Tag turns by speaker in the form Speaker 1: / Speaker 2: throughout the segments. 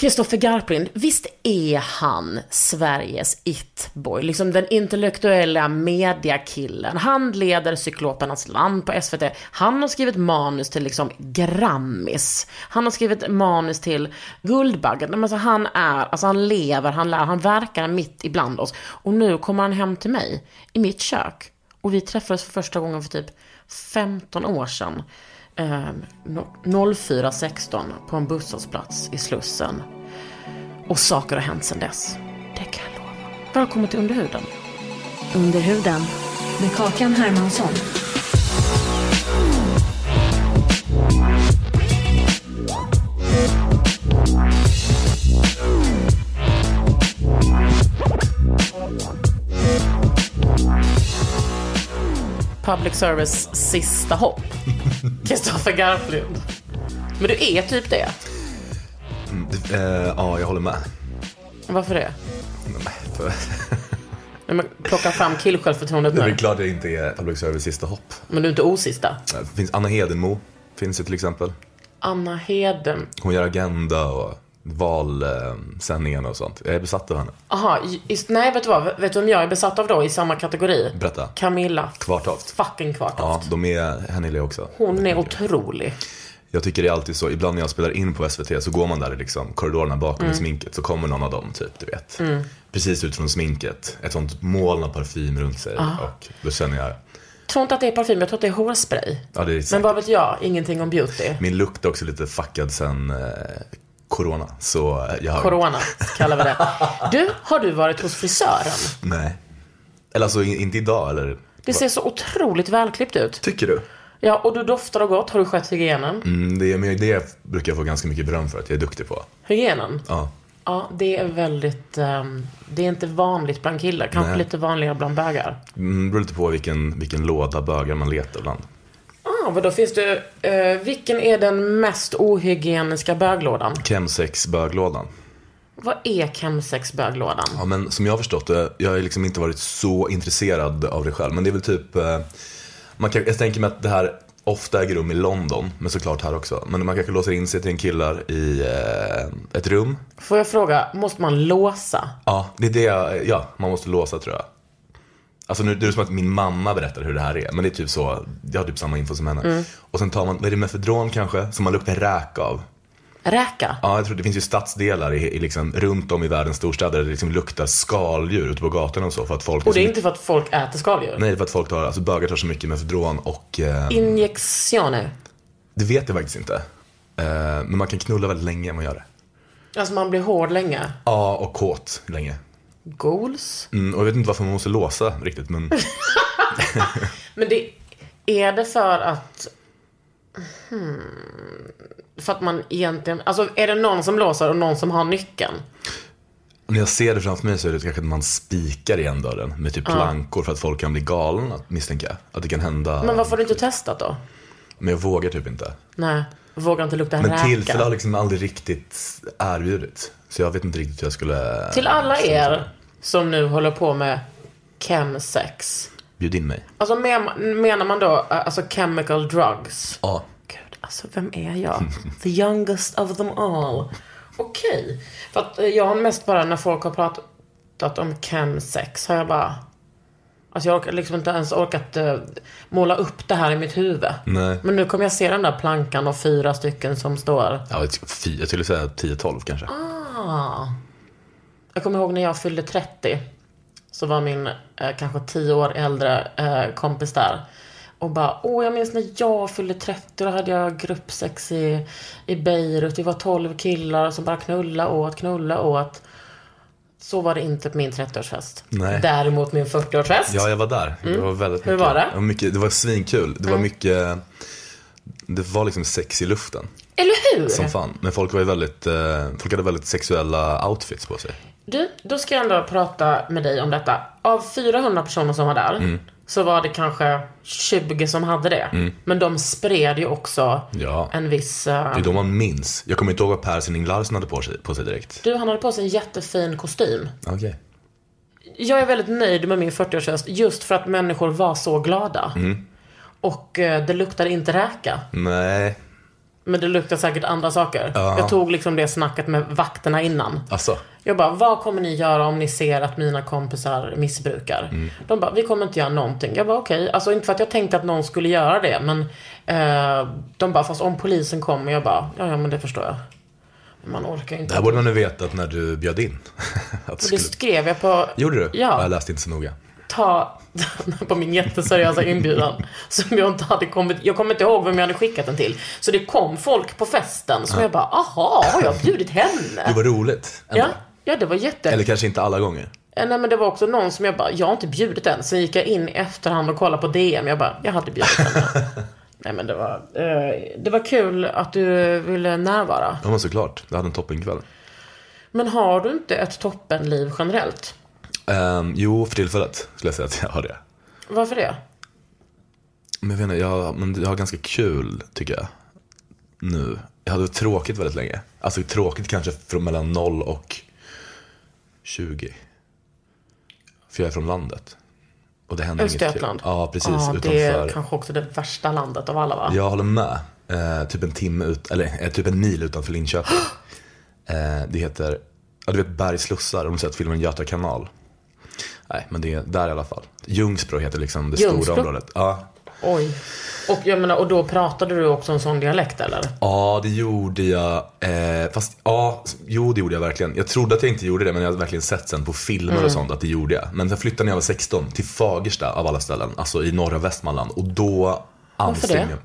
Speaker 1: Kristoffer Garplind, visst är han Sveriges it-boy? Liksom den intellektuella mediakillen. Han leder Cyklopernas land på SVT. Han har skrivit manus till liksom Grammis. Han har skrivit manus till Guldbaggen. Men Alltså han är, alltså han lever, han lär, han verkar mitt ibland oss. Och nu kommer han hem till mig, i mitt kök. Och vi träffades för första gången för typ 15 år sedan. Eh, no- 04.16 på en busshållplats i Slussen. Och saker har hänt sedan dess. Det kan jag lova. Välkommen till Underhuden.
Speaker 2: Under huden med Kakan Hermansson.
Speaker 1: Public service sista hopp. Kristoffer Garplund. Men du är typ det.
Speaker 3: Eh, ja, jag håller med.
Speaker 1: Varför det?
Speaker 3: För-
Speaker 1: Nej, men plocka fram killsjälvförtroendet
Speaker 3: Det är
Speaker 1: nu.
Speaker 3: väl klart det inte är public service sista hopp.
Speaker 1: Men du är inte osista.
Speaker 3: Eh, Det finns Anna Hedenmo, finns ju till exempel.
Speaker 1: Anna Heden.
Speaker 3: Hon gör Agenda och valsändningarna och sånt. Jag är besatt av henne.
Speaker 1: Aha, just, nej vet du vad? Vet du vem jag är besatt av då i samma kategori?
Speaker 3: Berätta.
Speaker 1: Camilla.
Speaker 3: Kvartoft.
Speaker 1: Fucking
Speaker 3: Ja,
Speaker 1: Kvartoft.
Speaker 3: de är, henne gillar jag också.
Speaker 1: Hon är otrolig.
Speaker 3: Jag tycker det är alltid så, ibland när jag spelar in på SVT så går man där i liksom korridorerna bakom
Speaker 1: Mm.
Speaker 3: i sminket så kommer någon av dem typ, du vet. Precis ut från sminket, ett sånt moln av parfym runt sig
Speaker 1: Ah.
Speaker 3: och då känner jag,
Speaker 1: tror inte att det är parfym, jag tror att det är hårspray.
Speaker 3: ja det är
Speaker 1: Men
Speaker 3: säkert-
Speaker 1: vad vet jag? Ingenting om beauty.
Speaker 3: Min lukt är också lite fuckad sen eh, corona, så eh, jag har...
Speaker 1: Corona kallar vi det. Du, har du varit hos frisören?
Speaker 3: Nej. Eller alltså in- inte idag eller?
Speaker 1: Det ser så otroligt välklippt ut.
Speaker 3: Tycker du?
Speaker 1: Ja, och du doftar och gott. Har du skött hygienen?
Speaker 3: Mm, det, är, men det brukar jag få ganska mycket beröm för att jag är duktig på.
Speaker 1: Hygienen?
Speaker 3: Ja.
Speaker 1: Ja, det är väldigt... ehm, det är inte vanligt bland killar. Kanske
Speaker 3: Nej.
Speaker 1: lite vanligare bland bögar.
Speaker 3: Mm, beror lite på vilken, vilken låda bögar man letar bland.
Speaker 1: Ah, vad då finns det... eh, vilken är den mest ohygieniska böglådan?
Speaker 3: Chemsex böglådan.
Speaker 1: Vad är chemsex-böglådan?
Speaker 3: Ja, men som jag har förstått det, jag har liksom inte varit så intresserad av det själv. Men det är väl typ, eh, man kan, jag tänker mig att det här ofta äger rum i London, men såklart här också. Men man kanske låser in sig till en killar i eh, ett rum.
Speaker 1: Får jag fråga, måste man låsa?
Speaker 3: Ja, det är det jag, ja, man måste låsa tror jag. Alltså nu det är det som att min mamma berättar hur det här är, men det är typ så, jag har typ samma info som henne.
Speaker 1: Mm.
Speaker 3: Och sen tar man, vad är det mefedron kanske, som man luktar räk av?
Speaker 1: Räka?
Speaker 3: Ja, jag tror det finns ju stadsdelar i, i liksom, runt om i världens storstäder där det liksom luktar skaldjur ute på gatorna och så för att folk... liksom
Speaker 1: Och det är inte för att folk äter skaldjur?
Speaker 3: Nej, för att folk tar, alltså bögar tar så mycket mefedron och... Eh,
Speaker 1: Injektioner?
Speaker 3: det vet jag faktiskt inte. Eh, men man kan knulla väldigt länge om man gör det.
Speaker 1: Alltså man blir hård länge.
Speaker 3: Ja, och kåt länge.
Speaker 1: Goals?
Speaker 3: Mm, och jag vet inte varför man måste låsa riktigt, men...
Speaker 1: Men det, är det för att... Hmm, för att man egentligen... Alltså är det någon som låser och någon som har nyckeln?
Speaker 3: När jag ser det framför mig så är det kanske att man spikar igen dörren med typ plankor för att folk kan bli galna misstänker jag. Att det kan hända.
Speaker 1: Men varför har du inte testat då?
Speaker 3: Men jag vågar typ inte.
Speaker 1: Nej, vågar inte lukta
Speaker 3: Men
Speaker 1: räka.
Speaker 3: tillfälle har liksom aldrig riktigt erbjudits. Så jag vet inte riktigt hur jag skulle...
Speaker 1: Till alla er som nu håller på med chemsex.
Speaker 3: Bjud in mig.
Speaker 1: Alltså men- menar man då eh, alltså chemical drugs?
Speaker 3: Ja.
Speaker 1: Gud, alltså vem är jag? The youngest of them all. Okej. För att eh, jag har mest bara när folk har pratat om chemsex har jag bara... Alltså jag har liksom inte ens orkat eh, måla upp det här i mitt huvud.
Speaker 3: Nej.
Speaker 1: Men nu kommer jag se den där plankan och fyra stycken som står.
Speaker 3: Ja, jag tycker- fy- jag skulle säga 10-12 kanske.
Speaker 1: Ah. Jag kommer ihåg när jag fyllde 30. Så var min eh, kanske 10 år äldre eh, kompis där. Och bara, åh jag minns när jag fyllde 30. Då hade jag gruppsex i, i Beirut. Vi var 12 killar som bara knulla åt, knulla åt. Så var det inte på min 30-årsfest.
Speaker 3: Nej.
Speaker 1: Däremot min 40-årsfest.
Speaker 3: Ja, jag var där. Det var väldigt
Speaker 1: Mm. Hur
Speaker 3: mycket.
Speaker 1: var det? Mm.
Speaker 3: var mycket, det var svinkul. Det var mycket, det var liksom sex i luften
Speaker 1: Eller hur?
Speaker 3: som fan. Men folk var ju väldigt, eh, folk hade väldigt sexuella outfits på sig.
Speaker 1: Du, då ska jag ändå prata med dig om detta. Av 400 personer som var där
Speaker 3: Mm.
Speaker 1: så var det kanske 20 som hade det. Men de spred ju också
Speaker 3: Ja.
Speaker 1: en viss... eh,
Speaker 3: Det är då man minns. Jag kommer inte ihåg vad Per Sinding Larsen hade på sig, på sig direkt.
Speaker 1: Du, han hade på sig en jättefin kostym.
Speaker 3: Okej.
Speaker 1: Jag är väldigt nöjd med min 40-årsfest just för att människor var så glada.
Speaker 3: Mm.
Speaker 1: Och eh, det luktade inte räka.
Speaker 3: Nej,
Speaker 1: Men det luktade säkert andra saker. Jag tog liksom det snacket med vakterna innan.
Speaker 3: alltså.
Speaker 1: Jag bara, vad kommer ni göra om ni ser att mina kompisar missbrukar?
Speaker 3: Mm.
Speaker 1: De bara, vi kommer inte göra någonting. Jag bara, okej. Alltså inte för att jag tänkte att någon skulle göra det, men eh, de bara, fast om polisen kommer, jag bara, ja, ja men det förstår jag. Men man orkar ju
Speaker 3: Det
Speaker 1: inte.
Speaker 3: här borde man ju vetat när du bjöd in. Att det
Speaker 1: Det
Speaker 3: skulle...
Speaker 1: skrev jag på,
Speaker 3: Gjorde du?
Speaker 1: Ja.
Speaker 3: Jag läste inte så noga.
Speaker 1: ta, på min jätteseriösa inbjudan. som jag inte hade kommit, jag kommer inte ihåg vem jag hade skickat den till. Så det kom folk på festen som jag bara, aha, har jag bjudit
Speaker 3: Det
Speaker 1: henne?
Speaker 3: var roligt. ändå.
Speaker 1: Ja, ja, det var jätte...
Speaker 3: Eller kanske inte alla gånger.
Speaker 1: Eh, Nej men det var också någon som jag bara, jag har inte bjudit den. Sen gick jag in i efterhand och kollade på DM. Jag bara, jag hade bjudit henne. Nej men det var, eh, det var kul att du ville närvara.
Speaker 3: Ja, men såklart. Jag hade en toppenkväll.
Speaker 1: Men har du inte ett toppenliv generellt?
Speaker 3: Um, jo, för tillfället skulle jag säga att jag har det.
Speaker 1: Varför det?
Speaker 3: Men jag vet inte, jag, men jag har ganska kul tycker jag. Nu. Jag hade tråkigt väldigt länge. Alltså tråkigt kanske från mellan 0 och 20. För jag är från landet. Och det händer inget
Speaker 1: Östergötland?
Speaker 3: kul. Ja, precis.
Speaker 1: Ja, det är
Speaker 3: utanför.
Speaker 1: kanske också det värsta landet av alla va?
Speaker 3: Jag håller med. Eh, typ en timme ut, eller eh, typ en mil utanför Linköping. eh, det heter, ja du vet Bergslussar, om du sett filmen Göta kanal. Nej, men det är där i alla fall. Ljungsbro heter liksom det
Speaker 1: Ljungsbro?
Speaker 3: stora området. Ja,
Speaker 1: Oj. Och jag menar, och då pratade du också en sån dialekt eller?
Speaker 3: Ja, det gjorde jag. Eh, fast ja, jo det gjorde jag verkligen. Jag trodde att jag inte gjorde det men jag har verkligen sett sen på filmer och sånt att det gjorde jag. Men jag flyttade när jag var 16 till Fagersta av alla ställen, alltså i norra Västmanland. Och då ansträngde
Speaker 1: det?
Speaker 3: jag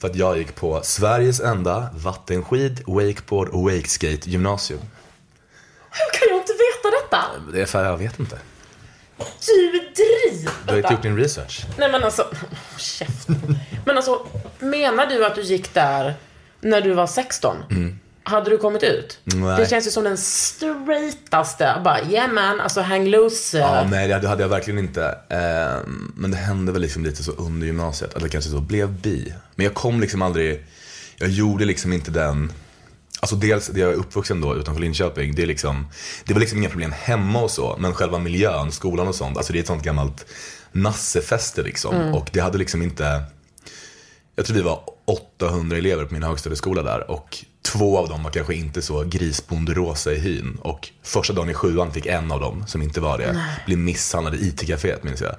Speaker 3: För att jag gick på Sveriges enda vattenskid, wakeboard och wakeskate gymnasium.
Speaker 1: Hur kan jag inte veta detta?
Speaker 3: Det är för jag vet inte.
Speaker 1: Du driver!
Speaker 3: Du typ har inte gjort din research.
Speaker 1: Nej men alltså, käften. Men alltså, menar du att du gick där när du var 16? Hade du kommit ut?
Speaker 3: Mm. Nej.
Speaker 1: Det känns ju som den straightaste, bara yeah man, alltså hang loose. eh,
Speaker 3: Ja, nej, det hade jag verkligen inte. Eh, Men det hände väl liksom lite så under gymnasiet, eller kanske så blev bi. Men jag kom liksom aldrig, jag gjorde liksom inte den, alltså dels det jag är uppvuxen då utanför Linköping, det är liksom, det var liksom inga problem hemma och så, men själva miljön, skolan och sånt, alltså det är ett sånt gammalt nassefäste liksom. Och det hade liksom inte, jag tror vi var 800 elever på min högstadieskola där och två av dem var kanske inte så grisbonderosa i hyn. Och första dagen i sjuan fick en av dem, som inte var det, bli misshandlad i IT-caféet minns jag.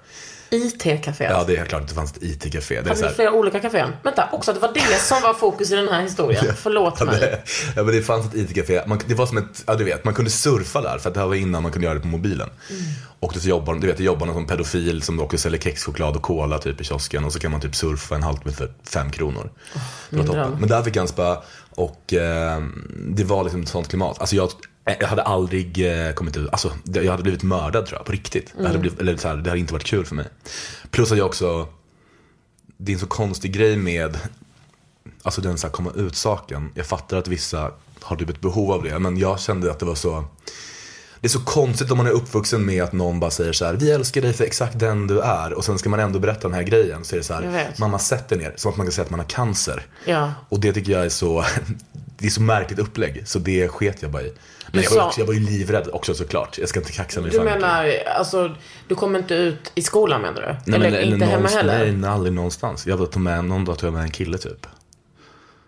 Speaker 1: IT-caféet.
Speaker 3: Ja, det är helt klart att det fanns ett IT-café. Det är
Speaker 1: Hade
Speaker 3: så
Speaker 1: ni
Speaker 3: här,
Speaker 1: flera olika kaféer? Vänta, också att det var det som var fokus i den här historien. Förlåt
Speaker 3: Ja,
Speaker 1: mig.
Speaker 3: det- ja, men det fanns ett IT-café. Man, det var som ett, ja du vet, man kunde surfa där för att det här var innan man kunde göra det på mobilen. Och då så jobbar, de- du vet, det jobbar någon som pedofil som också säljer kexchoklad och cola typ i kiosken och så kan man typ surfa en halvtimme för fem kronor. det var
Speaker 1: min
Speaker 3: toppen.
Speaker 1: dröm.
Speaker 3: Men där fick jag spö och eh, det var liksom ett sånt klimat. Alltså jag, jag hade aldrig eh, kommit ut, alltså det- jag hade blivit mördad tror jag på riktigt. Det, hade blivit, eller så här, det hade inte varit kul för mig. Plus att jag också, det är en så konstig grej med alltså den så här komma ut saken. Jag fattar att vissa har typ ett behov av det, men jag kände att det var så det är så konstigt om man är uppvuxen med att någon bara säger så här: vi älskar dig för exakt den du är och sen ska man ändå berätta den här grejen. Så är det så
Speaker 1: Jag
Speaker 3: här,
Speaker 1: vet.
Speaker 3: mamma sätt dig ner, som att man kan säga att man har cancer.
Speaker 1: Ja.
Speaker 3: Och det tycker jag är så, det är så märkligt upplägg, så det sket jag bara i. Men jag var,
Speaker 1: sa-
Speaker 3: också, jag var ju livrädd också såklart, jag ska inte kaxa mig
Speaker 1: Du
Speaker 3: för mycket.
Speaker 1: menar, alltså, du kom inte ut i skolan menar du?
Speaker 3: Nej, men-
Speaker 1: eller, inte hemma
Speaker 3: någonstans-
Speaker 1: heller?
Speaker 3: Nej, aldrig någonstans. Jag tog med, någon dag tog jag med en kille typ.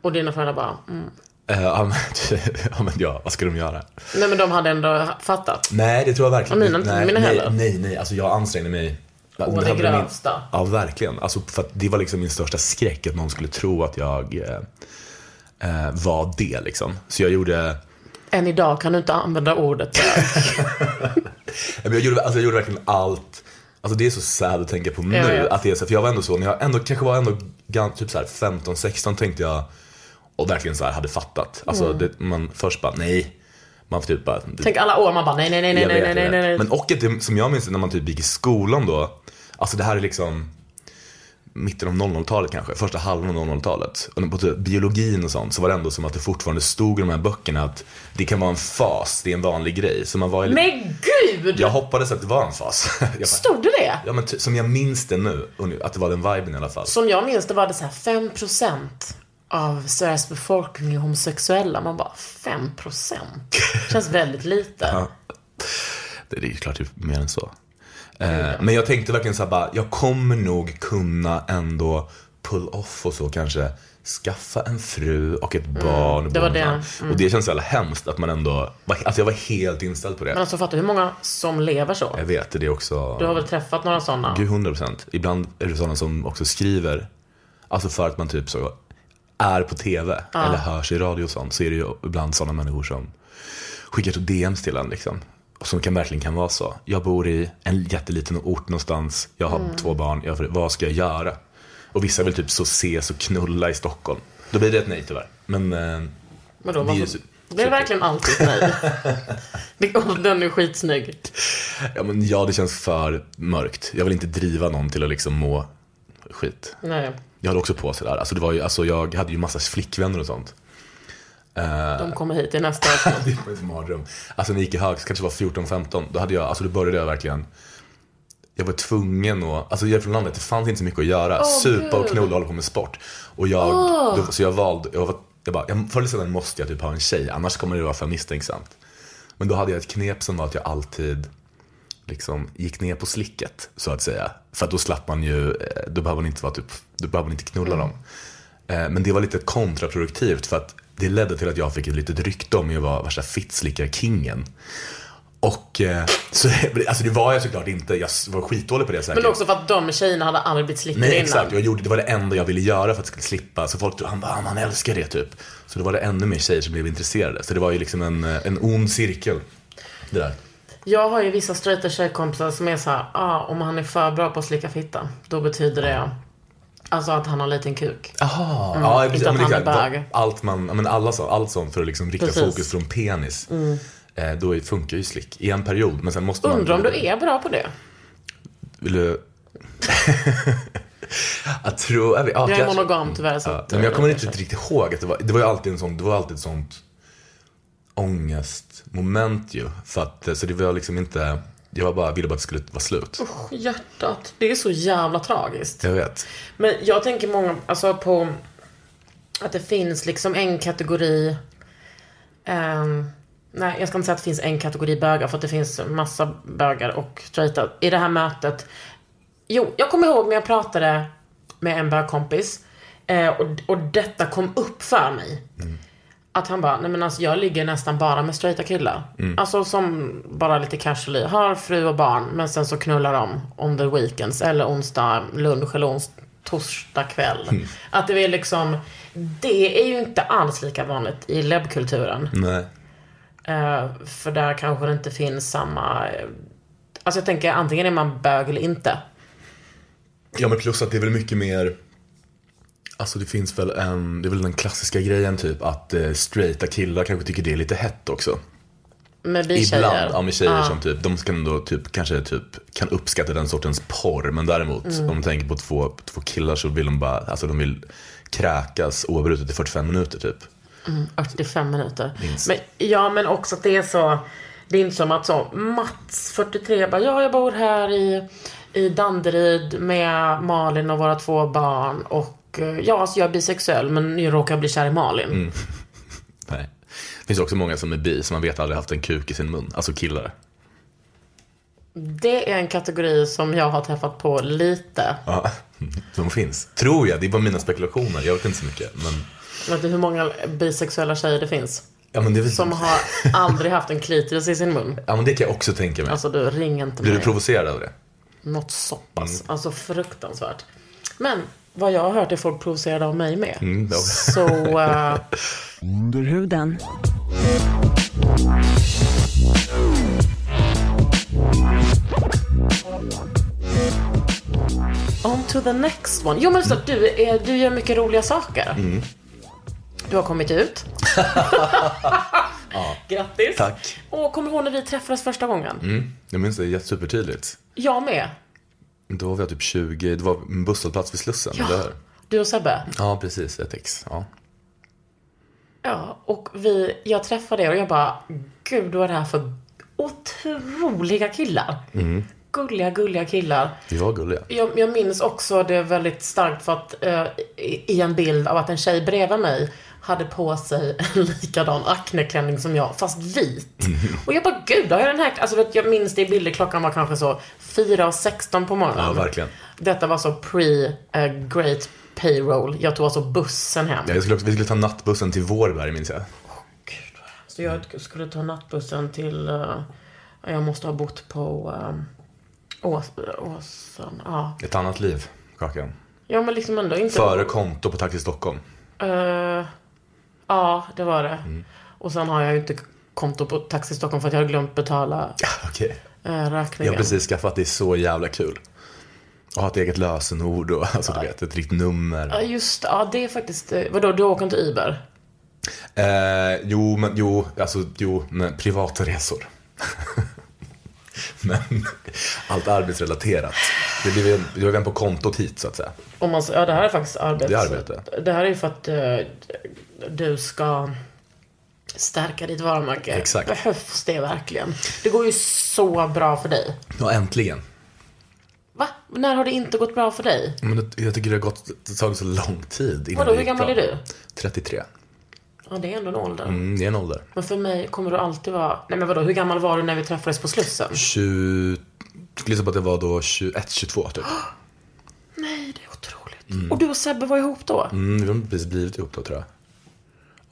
Speaker 1: Och dina föräldrar bara, mm.
Speaker 3: Eh, Ja men, ja, men ja, vad ska de göra?
Speaker 1: Nej men de hade ändå fattat.
Speaker 3: Nej, det tror jag verkligen
Speaker 1: Och mina-
Speaker 3: nej,
Speaker 1: mina
Speaker 3: nej,
Speaker 1: heller.
Speaker 3: nej, nej, alltså jag ansträngde mig Ja,
Speaker 1: Å det
Speaker 3: hade min-
Speaker 1: grövsta.
Speaker 3: Ja, verkligen. Alltså, för att det var liksom min största skräck, att någon skulle tro att jag eh, eh, var det. Liksom. Så jag gjorde,
Speaker 1: Än idag kan du inte använda ordet bög.
Speaker 3: Ja, men jag gjorde, alltså, jag gjorde verkligen allt. Alltså, det är så sad att tänka på nu.
Speaker 1: Jag vet.
Speaker 3: att det är så, för jag var ändå så, när jag ändå, kanske var ändå gan- typ så här 15-16 tänkte jag, och verkligen så här hade fattat. Alltså,
Speaker 1: Mm.
Speaker 3: det, man först bara, nej. Man typ bara,
Speaker 1: Tänk alla år man bara nej, nej, nej, nej,
Speaker 3: Jag
Speaker 1: nej, nej,
Speaker 3: vet,
Speaker 1: nej,
Speaker 3: jag vet.
Speaker 1: nej.
Speaker 3: Men och att det, som jag minns det, när man typ gick i skolan då, alltså det här är liksom mitten av 00-talet kanske, första halvan av 00-talet. Och på typ biologin och sånt så var det ändå som att det fortfarande stod i de här böckerna att det kan vara en fas, det är en vanlig grej. Så man var ju lite-
Speaker 1: Men gud!
Speaker 3: Jag hoppades att det var en fas. Jag bara,
Speaker 1: Stod det det?
Speaker 3: ja, men ty- som jag minns det nu, och nu, att det var den viben i alla fall.
Speaker 1: Som jag minns det var det så här 5% av Sveriges befolkning är homosexuella. Man bara 5%? Känns väldigt lite.
Speaker 3: Det är ju klart typ mer än så. Eh, men jag tänkte verkligen så här bara, jag kommer nog kunna ändå pull off och så kanske skaffa en fru och ett barn. och
Speaker 1: Mm, det var
Speaker 3: bo med
Speaker 1: det. Mm.
Speaker 3: någon. Och det känns så jävla hemskt att man ändå, alltså jag var helt inställd på det.
Speaker 1: Men alltså fattar du hur många som lever så?
Speaker 3: jag vet, det är också,
Speaker 1: Du har väl träffat några sådana?
Speaker 3: gud 100 procent. Ibland är det sådana som också skriver, alltså för att man typ så är på tv eller hörs i radio och sånt, så är det ju ibland sådana människor som skickar så DMs till en liksom. Och som kan, verkligen kan vara så. Jag bor i en jätteliten ort någonstans, jag
Speaker 1: Mm.
Speaker 3: har två barn, jag, vad ska jag göra? Och vissa vill typ så ses och knulla i Stockholm. Då blir det ett nej tyvärr. Men eh,
Speaker 1: Men då,
Speaker 3: Det är ju
Speaker 1: varför...
Speaker 3: så-
Speaker 1: Det är verkligen alltid nej. Det- och Den är skitsnygg.
Speaker 3: ja, men ja, det känns för mörkt. Jag vill inte driva någon till att liksom må skit.
Speaker 1: Nej,
Speaker 3: Jag höll också på sådär. Alltså, det var ju, alltså, jag hade ju massa flickvänner och sånt.
Speaker 1: de kommer hit i nästa avsnitt.
Speaker 3: Det var ett mardröm. Alltså när jag gick i högst, kanske var 14-15, då hade jag, alltså då började jag verkligen jag var tvungen att, alltså jag är från landet, det fanns inte så mycket att göra. Supa och knulla och hålla på med sport. Och jag, då, så jag valde, jag, var, jag bara, jag, förr eller senare måste jag typ ha en tjej, annars kommer det vara för misstänksamt. Men då hade jag ett knep som var att jag alltid liksom gick ner på slicket, så att säga. För att då slapp man ju, eh, då behöver man inte vara typ, då behöver man inte knulla
Speaker 1: Mm.
Speaker 3: dem. Eh, Men det var lite kontraproduktivt för att det ledde till att jag fick ett litet rykte om att jag var värsta fittslickarkingen. Och eh, så, alltså det var jag såklart inte, jag var skitdålig på det säkert.
Speaker 1: Men också för att de tjejerna hade aldrig blivit slickade
Speaker 3: Nej
Speaker 1: innan.
Speaker 3: exakt, jag gjorde, det var det enda jag ville göra för att slippa. Så folk han bara, "Ah, man älskar det typ. Så då var det ännu mer tjejer som blev intresserade. Så det var ju liksom en, eh, en ond cirkel. Det där.
Speaker 1: Jag har ju vissa straighta tjejkompisar som är så här, ah, om han är för bra på att slicka fitta, då betyder det alltså att han har liten kuk.
Speaker 3: Aha, ja,
Speaker 1: inte
Speaker 3: precis,
Speaker 1: att
Speaker 3: men
Speaker 1: han är
Speaker 3: exakt, vad-
Speaker 1: bög.
Speaker 3: allt man, ja, men alla så, allt sånt för att liksom rikta
Speaker 1: Precis. Mm.
Speaker 3: fokus från penis. Eh, Då är- funkar ju slick i en period, men sen måste man...
Speaker 1: Undrar om du är bra på det?
Speaker 3: Vill du... jag tror... Jag, vet, ja,
Speaker 1: Jag är
Speaker 3: kanske.
Speaker 1: monogam tyvärr. Så
Speaker 3: Ja,
Speaker 1: att,
Speaker 3: men jag kommer inte
Speaker 1: kanske.
Speaker 3: riktigt ihåg att det var, det var ju alltid en sån, det var alltid ett sånt ångestmoment ju. För att, eh, så det var liksom inte, jag var bara, ville bara att det skulle vara slut.
Speaker 1: eh, Hjärtat, det är så jävla tragiskt.
Speaker 3: Jag vet.
Speaker 1: Men jag tänker många, alltså på att det finns liksom en kategori. ehm, nej, jag ska inte säga att det finns en kategori bögar för att det finns massa bögar och straighta. I det här mötet. Jo, jag kommer ihåg när jag pratade med en bögkompis. eh, och, och detta kom upp för mig. Att han bara, nej men alltså jag ligger nästan bara med straighta killar.
Speaker 3: Mm.
Speaker 1: Alltså som bara lite casually, har fru och barn men sen så knullar de on the weekends eller onsdag lunch eller ons- torsdag kväll.
Speaker 3: Mm.
Speaker 1: Att det är liksom, det är ju inte alls lika vanligt i lebbkulturen.
Speaker 3: Nej.
Speaker 1: Eh, för där kanske det inte finns samma, eh, alltså jag tänker antingen är man bög eller inte.
Speaker 3: Ja men plus att det är väl mycket mer Alltså det finns väl en, det är väl den klassiska grejen typ att eh, straighta killar kanske tycker det är lite hett också.
Speaker 1: Med vi
Speaker 3: Ibland,
Speaker 1: tjejer. Ah.
Speaker 3: ja med tjejer som typ, de kan då typ kanske typ kan uppskatta den sortens porr. Men däremot
Speaker 1: Mm.
Speaker 3: om man tänker på två, två killar så vill de bara, alltså de vill kräkas oavbrutet i 45 minuter typ.
Speaker 1: 45 minuter. Men, ja, men också att det är så. Det är inte som att så Mats, 43, bara ja, jag bor här i, i Danderyd med Malin och våra två barn. Och eh, ja, alltså jag är bisexuell men jag råkar bli kär i Malin.
Speaker 3: Nej. Det finns också många som är bi som man vet aldrig haft en kuk i sin mun, alltså killar.
Speaker 1: Det är en kategori som jag har träffat på lite.
Speaker 3: Ja, de finns. Tror jag, det är bara mina spekulationer, jag vet inte så mycket. Men,
Speaker 1: Vet du hur många bisexuella tjejer det finns?
Speaker 3: ja, men det är väl,
Speaker 1: Som har aldrig haft en klitoris i sin mun.
Speaker 3: ja men det kan jag också tänka mig.
Speaker 1: Alltså du, ring inte
Speaker 3: Blir
Speaker 1: mig.
Speaker 3: du provocerad av det?
Speaker 1: Något soppas.
Speaker 3: Mm.
Speaker 1: Alltså fruktansvärt. Men vad jag har hört är folk provocerade av mig med.
Speaker 3: Mm, ja.
Speaker 1: Så eh,
Speaker 2: Under huden.
Speaker 1: on to the next one. Jo men så att du, är, du gör mycket roliga saker.
Speaker 3: Mm.
Speaker 1: Du har kommit ut. Grattis.
Speaker 3: Tack. Mm.
Speaker 1: Och kommer du ihåg när vi träffades första gången?
Speaker 3: Jag minns det jätte- supertydligt.
Speaker 1: Jag med.
Speaker 3: Då var jag typ 20, det var en busshållplats vid Slussen.
Speaker 1: Ja.
Speaker 3: Eller hur?
Speaker 1: Du och Sebbe.
Speaker 3: ja precis, ett ex. Ja.
Speaker 1: Ja, och vi, jag träffade er och jag bara, gud vad är det här för otroliga killar. Gulliga, gulliga killar.
Speaker 3: Vi var gulliga.
Speaker 1: Jag, jag minns också det väldigt starkt för att eh, i i en bild av att en tjej bredvid mig hade på sig en likadan akneklänning som jag, fast vit. Och jag bara, gud, har jag den här... Alltså, vet, jag minns det i bilder, klockan var kanske så 4.16 på morgonen.
Speaker 3: Ja, verkligen.
Speaker 1: Detta var så pre-great payroll. Jag tog alltså bussen hem.
Speaker 3: Ja, jag skulle också, vi skulle ta nattbussen till Vårberg minns jag.
Speaker 1: Gud, vad hemskt. Så jag skulle ta nattbussen till... eh, jag måste ha bott på uh, Ås, Åsen. Ja.
Speaker 3: Ett annat liv, Kakan.
Speaker 1: ja, men liksom ändå inte...
Speaker 3: Före konto på Taxi Stockholm.
Speaker 1: Eh, ja, det var det. Och sen har jag ju inte konto på Taxi Stockholm för att jag har glömt betala
Speaker 3: Okej.
Speaker 1: uh,
Speaker 3: Jag
Speaker 1: räkningen.
Speaker 3: har precis skaffat, det är så jävla kul. Och ha ett eget lösenord och alltså, du vet, ett riktigt nummer.
Speaker 1: Ja, just det. Ja, det är faktiskt... eh, Vadå, du åker inte Uber?
Speaker 3: Eh, jo, men jo, alltså jo, men privata resor. men allt arbetsrelaterat. Det blev en, det blev en på kontot hit så att säga.
Speaker 1: Om man, s- ja, det här är faktiskt arbets...
Speaker 3: Det är arbete.
Speaker 1: Det här är ju för att eh, du ska stärka ditt varumärke.
Speaker 3: Exakt.
Speaker 1: Behövs det verkligen? Det går ju så bra för dig.
Speaker 3: Ja, äntligen.
Speaker 1: Va? När har det inte gått bra för dig?
Speaker 3: Men det, jag tycker det har gått, det har tagit så lång tid innan
Speaker 1: Vadå,
Speaker 3: det
Speaker 1: hur
Speaker 3: gick
Speaker 1: gammal
Speaker 3: bra.
Speaker 1: är du?
Speaker 3: 33.
Speaker 1: Ja, det är ändå en ålder.
Speaker 3: Mm, det är en ålder.
Speaker 1: Men för mig kommer du alltid vara... Nej men vadå, hur gammal var du när vi träffades på Slussen?
Speaker 3: 20, skulle gissa på att det var då 21, 22 typ.
Speaker 1: Nej, det är otroligt. Och du och Sebbe var ihop då?
Speaker 3: Mm, vi har precis blivit ihop då tror jag.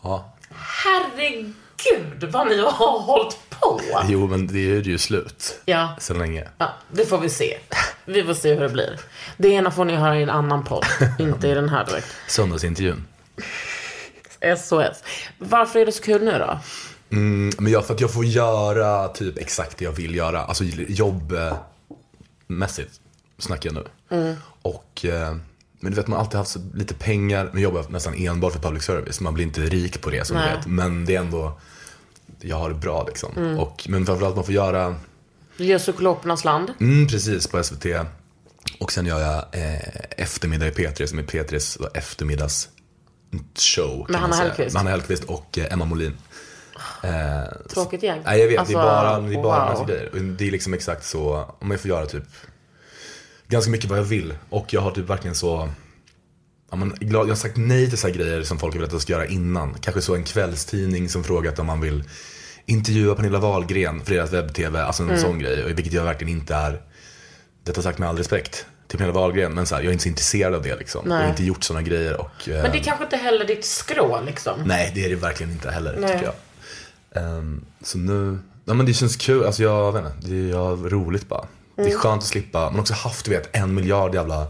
Speaker 3: Ja,
Speaker 1: Herregud, vad ni har hållit på!
Speaker 3: jo men det är ju slut.
Speaker 1: Ja.
Speaker 3: Sen länge.
Speaker 1: ja, det får vi se. Vi får se hur det blir. Det ena får ni höra i en annan podd, inte i den här direkt.
Speaker 3: Söndagsintervjun.
Speaker 1: SOS. Varför är det så kul nu då?
Speaker 3: Mm, men jag, för att jag får göra typ exakt det jag vill göra. Alltså jobbmässigt snackar jag nu.
Speaker 1: Mm.
Speaker 3: Och, eh, men du vet man har alltid haft så lite pengar. Man jobbar nästan enbart för public service. Man blir inte rik på det som
Speaker 1: Nej.
Speaker 3: du vet. Men det är ändå, jag har det bra liksom.
Speaker 1: Mm.
Speaker 3: Och, men framförallt man får göra
Speaker 1: Du gör Psykolopernas land.
Speaker 3: Mm, precis, på SVT. Och sen gör jag eh, Eftermiddag i P3 som är P3s då eftermiddagsshow. kan man
Speaker 1: Hanna
Speaker 3: säga.
Speaker 1: Hellquist.
Speaker 3: Med Hanna Hellquist och eh, Emma Molin. Eh,
Speaker 1: Tråkigt gäng.
Speaker 3: nej, jag vet.
Speaker 1: Alltså,
Speaker 3: det är bara, det är bara en
Speaker 1: wow.
Speaker 3: massa grejer. Och Det är liksom exakt så, om jag får göra typ ganska mycket vad jag vill. Och jag har typ verkligen så, ja, men, glad- jag har sagt nej till så här grejer som folk har velat att jag ska göra innan. Kanske så en kvällstidning som frågat om man vill intervjua Pernilla Wahlgren för deras webb-tv, alltså
Speaker 1: Mm.
Speaker 3: en sån grej. Och Vilket jag verkligen inte är, detta sagt med all respekt till Pernilla Wahlgren, men så här, jag är inte så intresserad av det liksom. Jag har inte gjort såna grejer och... eh,
Speaker 1: Men det är kanske inte heller ditt skrå liksom.
Speaker 3: Nej, det är det verkligen inte heller
Speaker 1: Nej.
Speaker 3: tycker jag. Ehm, så nu, ja men det känns kul, alltså jag vet inte, det är ja, roligt bara. Det
Speaker 1: Mm.
Speaker 3: är skönt att slippa, man har också haft du vet en miljard jävla,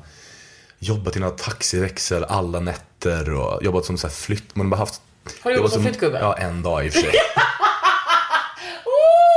Speaker 3: jobbat i några taxiväxel alla nätter och jobbat som så här flytt, man har bara haft
Speaker 1: Har du jobbat som flyttgubbe?
Speaker 3: Ja, en dag i och för sig.
Speaker 1: Åh,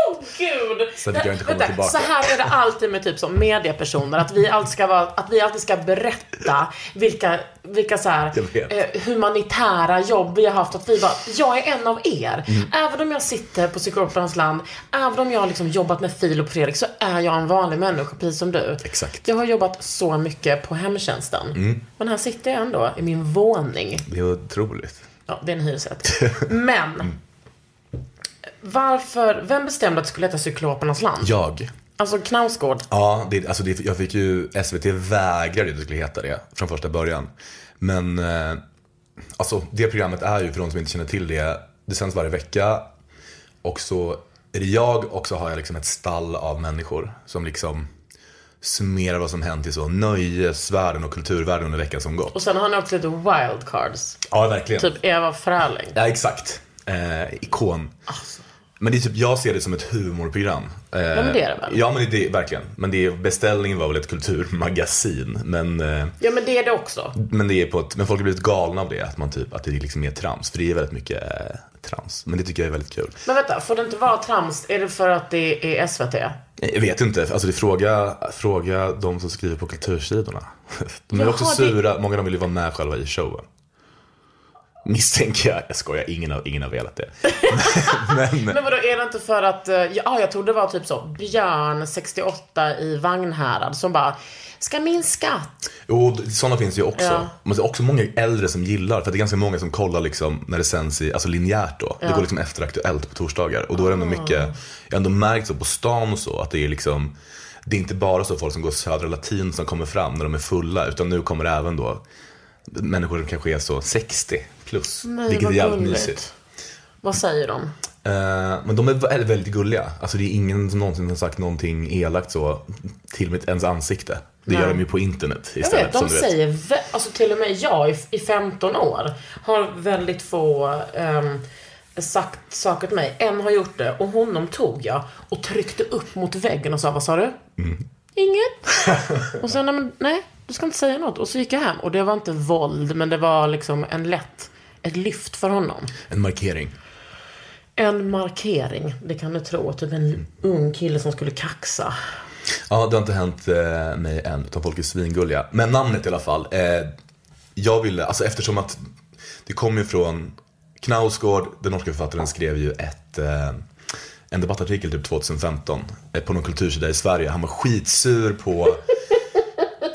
Speaker 1: Oh, gud!
Speaker 3: Sen fick jag inte komma tillbaka.
Speaker 1: Så här är det alltid med typ som mediepersoner, att vi alltid ska, vara, att vi alltid ska berätta vilka, vilka så här,
Speaker 3: Jag vet.
Speaker 1: eh, humanitära jobb vi har haft. Att vi bara, jag är en av er.
Speaker 3: Mm.
Speaker 1: Även om jag sitter på Psykoperans land, även om jag har liksom jobbat med Filip och Fredrik, så är jag en vanlig människa, precis som du.
Speaker 3: Exakt. Mm.
Speaker 1: Jag har jobbat så mycket på hemtjänsten. Men här sitter jag ändå i min våning.
Speaker 3: Det är otroligt.
Speaker 1: Ja, det är en hyresrätt.
Speaker 3: Mm.
Speaker 1: Men, varför, vem bestämde att det skulle heta Cyklopernas land?
Speaker 3: Jag,
Speaker 1: Alltså Knausgård.
Speaker 3: ja, det, alltså det, jag fick ju, SVT vägrade ju att det skulle heta det från första början. Men, eh, alltså det programmet är ju för de som inte känner till det, det sänds varje vecka Och så är det jag och så har jag liksom ett stall av människor som liksom summerar vad som hänt i så nöjesvärlden och kulturvärlden under veckan som gått.
Speaker 1: Och sen har ni också lite wildcards.
Speaker 3: Ja, verkligen.
Speaker 1: Typ Eva Fröling.
Speaker 3: Ja, exakt. Eh, ikon. Men det är typ, jag ser det som ett humorprogram. Eh, ja
Speaker 1: men det är det väl?
Speaker 3: Ja men det är verkligen. Men det är, beställningen var väl ett kulturmagasin. Men, eh,
Speaker 1: Ja men det är det också.
Speaker 3: men, det är på ett, men folk har blivit galna av det. Att, man typ, att det är liksom mer trams. För det är väldigt mycket eh, trams. Men det tycker jag är väldigt kul.
Speaker 1: Men vänta, får det inte vara trams? Är det för att det är SVT?
Speaker 3: Jag vet inte. Alltså det är fråga, fråga de som skriver på kultursidorna. De är
Speaker 1: Jaha,
Speaker 3: också
Speaker 1: det-
Speaker 3: sura. Många av dem vill ju vara med själva i showen. Misstänker jag. Jag skojar. Ingen har, ingen har velat det.
Speaker 1: Men vadå, är det inte för att, eh, ja jag trodde det var typ så, Björn 68 i Vagnhärad som bara, ska min skatt?
Speaker 3: Jo, sådana finns ju också.
Speaker 1: Ja.
Speaker 3: Men det är också många äldre som gillar, för det är ganska många som kollar liksom när det sänds i, alltså linjärt då. Det går liksom efter Aktuellt på torsdagar. Och då är det
Speaker 1: Ah.
Speaker 3: ändå mycket, jag har ändå märkt så på stan och så att det är liksom, det är inte bara så folk som går Södra Latin som kommer fram när de är fulla, utan nu kommer det även då människor som kanske är så 60 plus. vilket är
Speaker 1: vad
Speaker 3: jävligt
Speaker 1: gulligt.
Speaker 3: mysigt.
Speaker 1: Vad säger de?
Speaker 3: Eh, men de är vä- väldigt gulliga. Alltså det är ingen som någonsin har sagt någonting elakt så till mitt ens ansikte. Det gör de ju på internet
Speaker 1: Jag
Speaker 3: istället.
Speaker 1: vet, de
Speaker 3: som du vet.
Speaker 1: säger, vä- alltså till och med jag i, i 15 år har väldigt få ehm, sagt saker till mig. En har gjort det och honom tog jag och tryckte upp mot väggen och sa, vad sa du?
Speaker 3: Mm.
Speaker 1: Inget. och sen, nej, men, nej, du ska inte säga något. Och så gick jag hem och det var inte våld, men det var liksom en lätt, ett lyft för honom.
Speaker 3: En markering.
Speaker 1: En markering, det kan du tro. Typ en ung kille som skulle kaxa.
Speaker 3: Ja, det har inte hänt eh, mig än, utan folk är svingulliga. Men namnet i alla fall. Eh, jag ville, alltså eftersom att det kommer ju från Knausgård, den norska författaren, skrev ju ett, eh, en debattartikel typ 2015 eh, på någon kultursida i Sverige. Han var skitsur på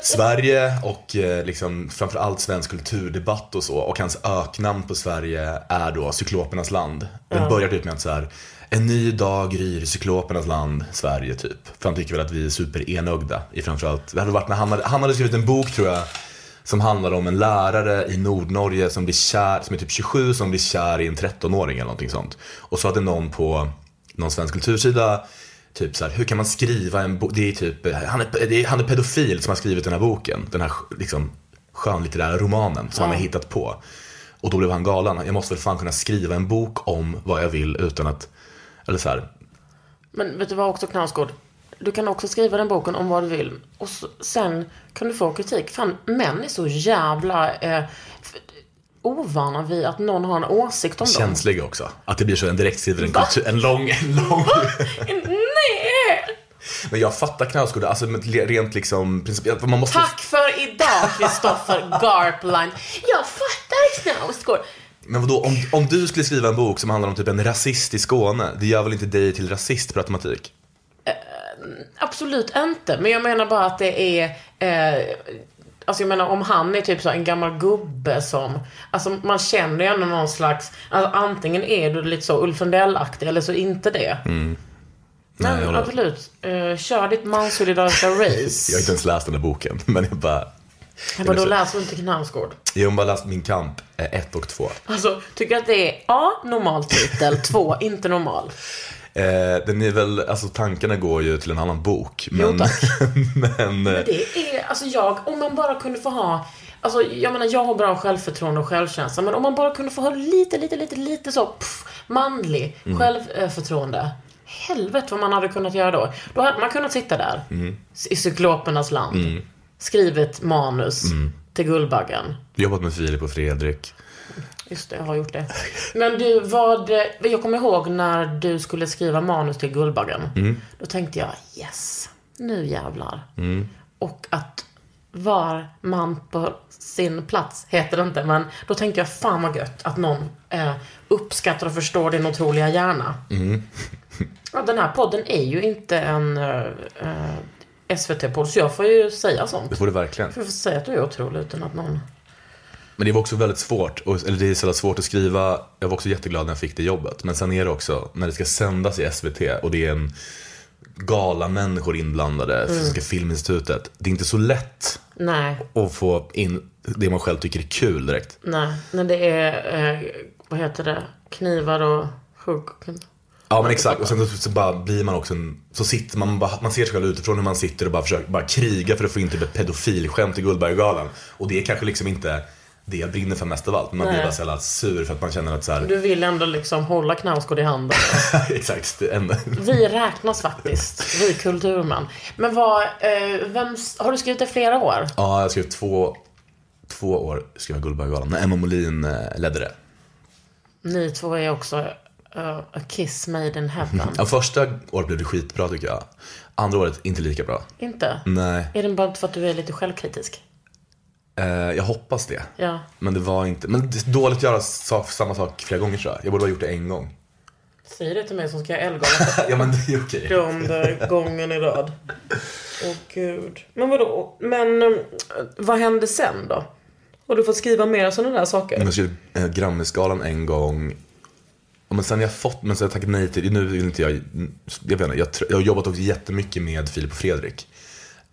Speaker 3: Sverige och eh, liksom framförallt svensk kulturdebatt och så. Och hans öknamn på Sverige är då Cyklopernas land. Den börjar typ med att så här, en ny dag gryr i Cyklopernas land, Sverige typ. För han tycker väl att vi är superenögda i framförallt, det hade varit när han hade, han hade skrivit en bok tror jag som handlar om en lärare i Nordnorge som blir kär, som är typ 27, som blir kär i en 13-åring eller någonting sånt. Och så hade någon på någon svensk kultursida Typ så här, hur kan man skriva en bok? Det är typ, eh, han är, det är, han är pedofil som har skrivit den här boken. Den här liksom, skönlitterära romanen som han har hittat på. Och då blev han galen. Jag måste väl fan kunna skriva en bok om vad jag vill utan att, eller så här,
Speaker 1: Men vet du vad också Knausgård? Du kan också skriva den boken om vad du vill. Och så, sen kan du få kritik. Fan, män är så jävla eh, f- ovana vid att någon har en åsikt om dem.
Speaker 3: känsliga också. Att det blir så en direktskriven, en, kultur- en lång, en lång.
Speaker 1: Nej!
Speaker 3: Men jag fattar Knausgård, alltså men rent liksom principiellt. Man måste
Speaker 1: Tack för idag, Kristoffer Garpline. Jag fattar Knausgård.
Speaker 3: Men vadå, om, om du skulle skriva en bok som handlar om typ en rasist i Skåne, det gör väl inte dig till rasist per automatik?
Speaker 1: Absolut inte, men jag menar bara att det är eh, Alltså jag menar om han är typ så här en gammal gubbe som Alltså man känner ju ändå någon slags alltså, Antingen är du lite så Ulf Lundell-aktig eller så inte det Men
Speaker 3: Mm, jag håller-
Speaker 1: absolut, eh, kör ditt manssolidariska
Speaker 3: Jag har inte
Speaker 1: race
Speaker 3: ens läst den där boken, men jag bara...
Speaker 1: Jag bara, då
Speaker 3: så-
Speaker 1: läser du inte Knausgård
Speaker 3: Jag har bara läst Min kamp 1 och 2.
Speaker 1: Alltså, tycker att det är A. Normal titel, 2. Inte normal
Speaker 3: Eh, den är väl, alltså tankarna går ju till en annan bok. Men,
Speaker 1: tack.
Speaker 3: men, eh,
Speaker 1: Det är, alltså jag, om man bara kunde få ha Alltså jag menar jag har bra självförtroende och självkänsla men om man bara kunde få ha lite, lite, lite, lite så pff, manlig
Speaker 3: Mm.
Speaker 1: självförtroende. Helvete vad man hade kunnat göra då. Då hade man kunnat sitta där
Speaker 3: Mm.
Speaker 1: i cyklopernas land. Skrivit manus
Speaker 3: Mm.
Speaker 1: till Guldbaggen.
Speaker 3: jobbat med Filip och Fredrik.
Speaker 1: Just det, jag har gjort det. Men du, vad... eh, Jag kommer ihåg när du skulle skriva manus till Guldbaggen. Då tänkte jag, yes, nu jävlar. Och att var man på sin plats heter det inte, men då tänkte jag, fan vad gött att någon eh, uppskattar och förstår din otroliga hjärna. Ja, den här podden är ju inte en eh, eh, SVT-podd, så jag får ju säga sånt.
Speaker 3: Det får det verkligen.
Speaker 1: Jag får säga att du är otrolig utan att någon...
Speaker 3: Men det var också väldigt svårt, och- eller det är så jävla svårt att skriva. Jag var också jätteglad när jag fick det jobbet. Men sen är det också, när det ska sändas i SVT och det är en gala människor inblandade, Svenska Filminstitutet. Det är inte så lätt
Speaker 1: Nej.
Speaker 3: att få in det man själv tycker är kul direkt.
Speaker 1: Nej, när det är, eh, vad heter det, knivar och hugg.
Speaker 3: Ja men exakt, och sen så, så bara blir man också en, så sitter man, bara, man ser sig själv utifrån hur man sitter och bara försöker bara kriga för att få in typ ett pedofilskämt i Guldberggalan. Och det är kanske liksom inte det jag brinner för mest av allt. Men man blir
Speaker 1: Nej.
Speaker 3: bara så jävla sur för att man känner att så här,
Speaker 1: Du vill ändå liksom hålla knausgård i handen.
Speaker 3: exakt, det enda.
Speaker 1: Vi räknas faktiskt, vi kulturmän. Men vad, eh, vem, har du skrivit det flera år?
Speaker 3: Ja, jag skrev två, två år, skrev jag Guldbaggegalan, när Emma Molin eh, ledde det.
Speaker 1: Ni två är också eh, a kiss made in heaven.
Speaker 3: Ja, första året blev det skitbra tycker jag. Andra året, inte lika bra.
Speaker 1: Inte?
Speaker 3: Nej,
Speaker 1: Är det bara för att du är lite självkritisk?
Speaker 3: eh, jag hoppas det.
Speaker 1: Ja.
Speaker 3: Men det var inte, men det är dåligt att göra sak, samma sak flera gånger tror jag. Jag borde ha gjort det en gång.
Speaker 1: Säg det till mig som ska jag elgala
Speaker 3: Ja men det är okej.
Speaker 1: sjunde gången i rad. Åh gud. Men vadå? Men eh, vad hände sen då? Har du fått skriva mer sådana där saker?
Speaker 3: Jag skrev eh, Grammisgalan en gång. Ja, Men sen har jag fått, men sen har jag tackat nej till, nu vill inte jag, jag vet inte, jag, tr- jag har jobbat också jättemycket med Filip och Fredrik.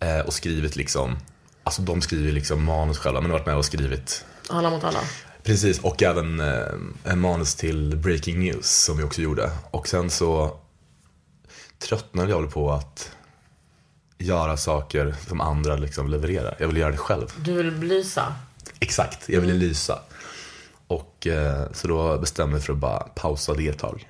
Speaker 3: Eh, och skrivit liksom, alltså de skriver liksom manus själva, men jag har varit med och skrivit.
Speaker 1: Alla mot alla.
Speaker 3: Precis, och även eh, en manus till Breaking News som vi också gjorde. Och sen så tröttnade jag väl på att göra saker som andra liksom levererar. Jag vill göra det själv.
Speaker 1: Du vill belysa.
Speaker 3: Exakt, jag ville lysa. Och eh, så då bestämde jag mig för att bara pausa det ett tag.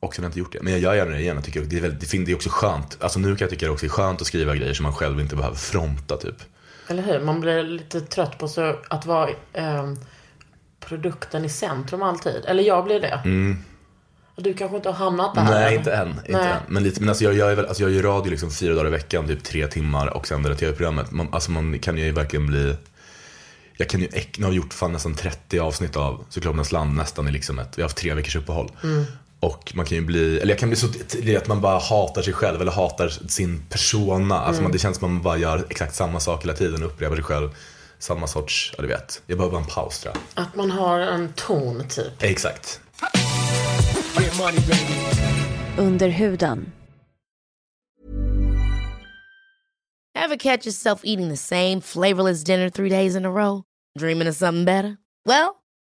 Speaker 3: Och sen har jag inte gjort det. Men jag gör gärna det igen. Jag tycker det, är väldigt, det fin- det är också skönt. Alltså nu kan jag tycka det också är skönt att skriva grejer som man själv inte behöver fronta typ.
Speaker 1: Eller hur? Man blir lite trött på så att vara ehm, produkten i centrum alltid. Eller jag blir det. Du kanske inte har hamnat där?
Speaker 3: Mm. Nej,
Speaker 1: än.
Speaker 3: inte än. Inte
Speaker 1: Nej.
Speaker 3: än. Men, lite, men alltså jag, jag, är väl, alltså jag gör radio liksom fyra dagar i veckan, typ tre timmar och sänder det tv-programmet. Man, alltså man kan ju verkligen bli... Jag kan ju, äck- nu har jag gjort fan nästan 30 avsnitt av Cyklopernas land nästan i liksom ett, vi har haft tre veckors uppehåll. Och man kan ju bli, eller jag kan bli så till att man bara hatar sig själv eller hatar sin persona. Alltså man, det känns som att man bara gör exakt samma sak hela tiden och upprepar sig själv. Samma sorts, ja du vet. Jag behöver bara en paus tror jag.
Speaker 1: Att man har en ton typ.
Speaker 3: Exakt.
Speaker 2: Under huden.
Speaker 4: Ever catch yourself eating the same flavorless dinner three days in a row? Dreaming of something better? Well,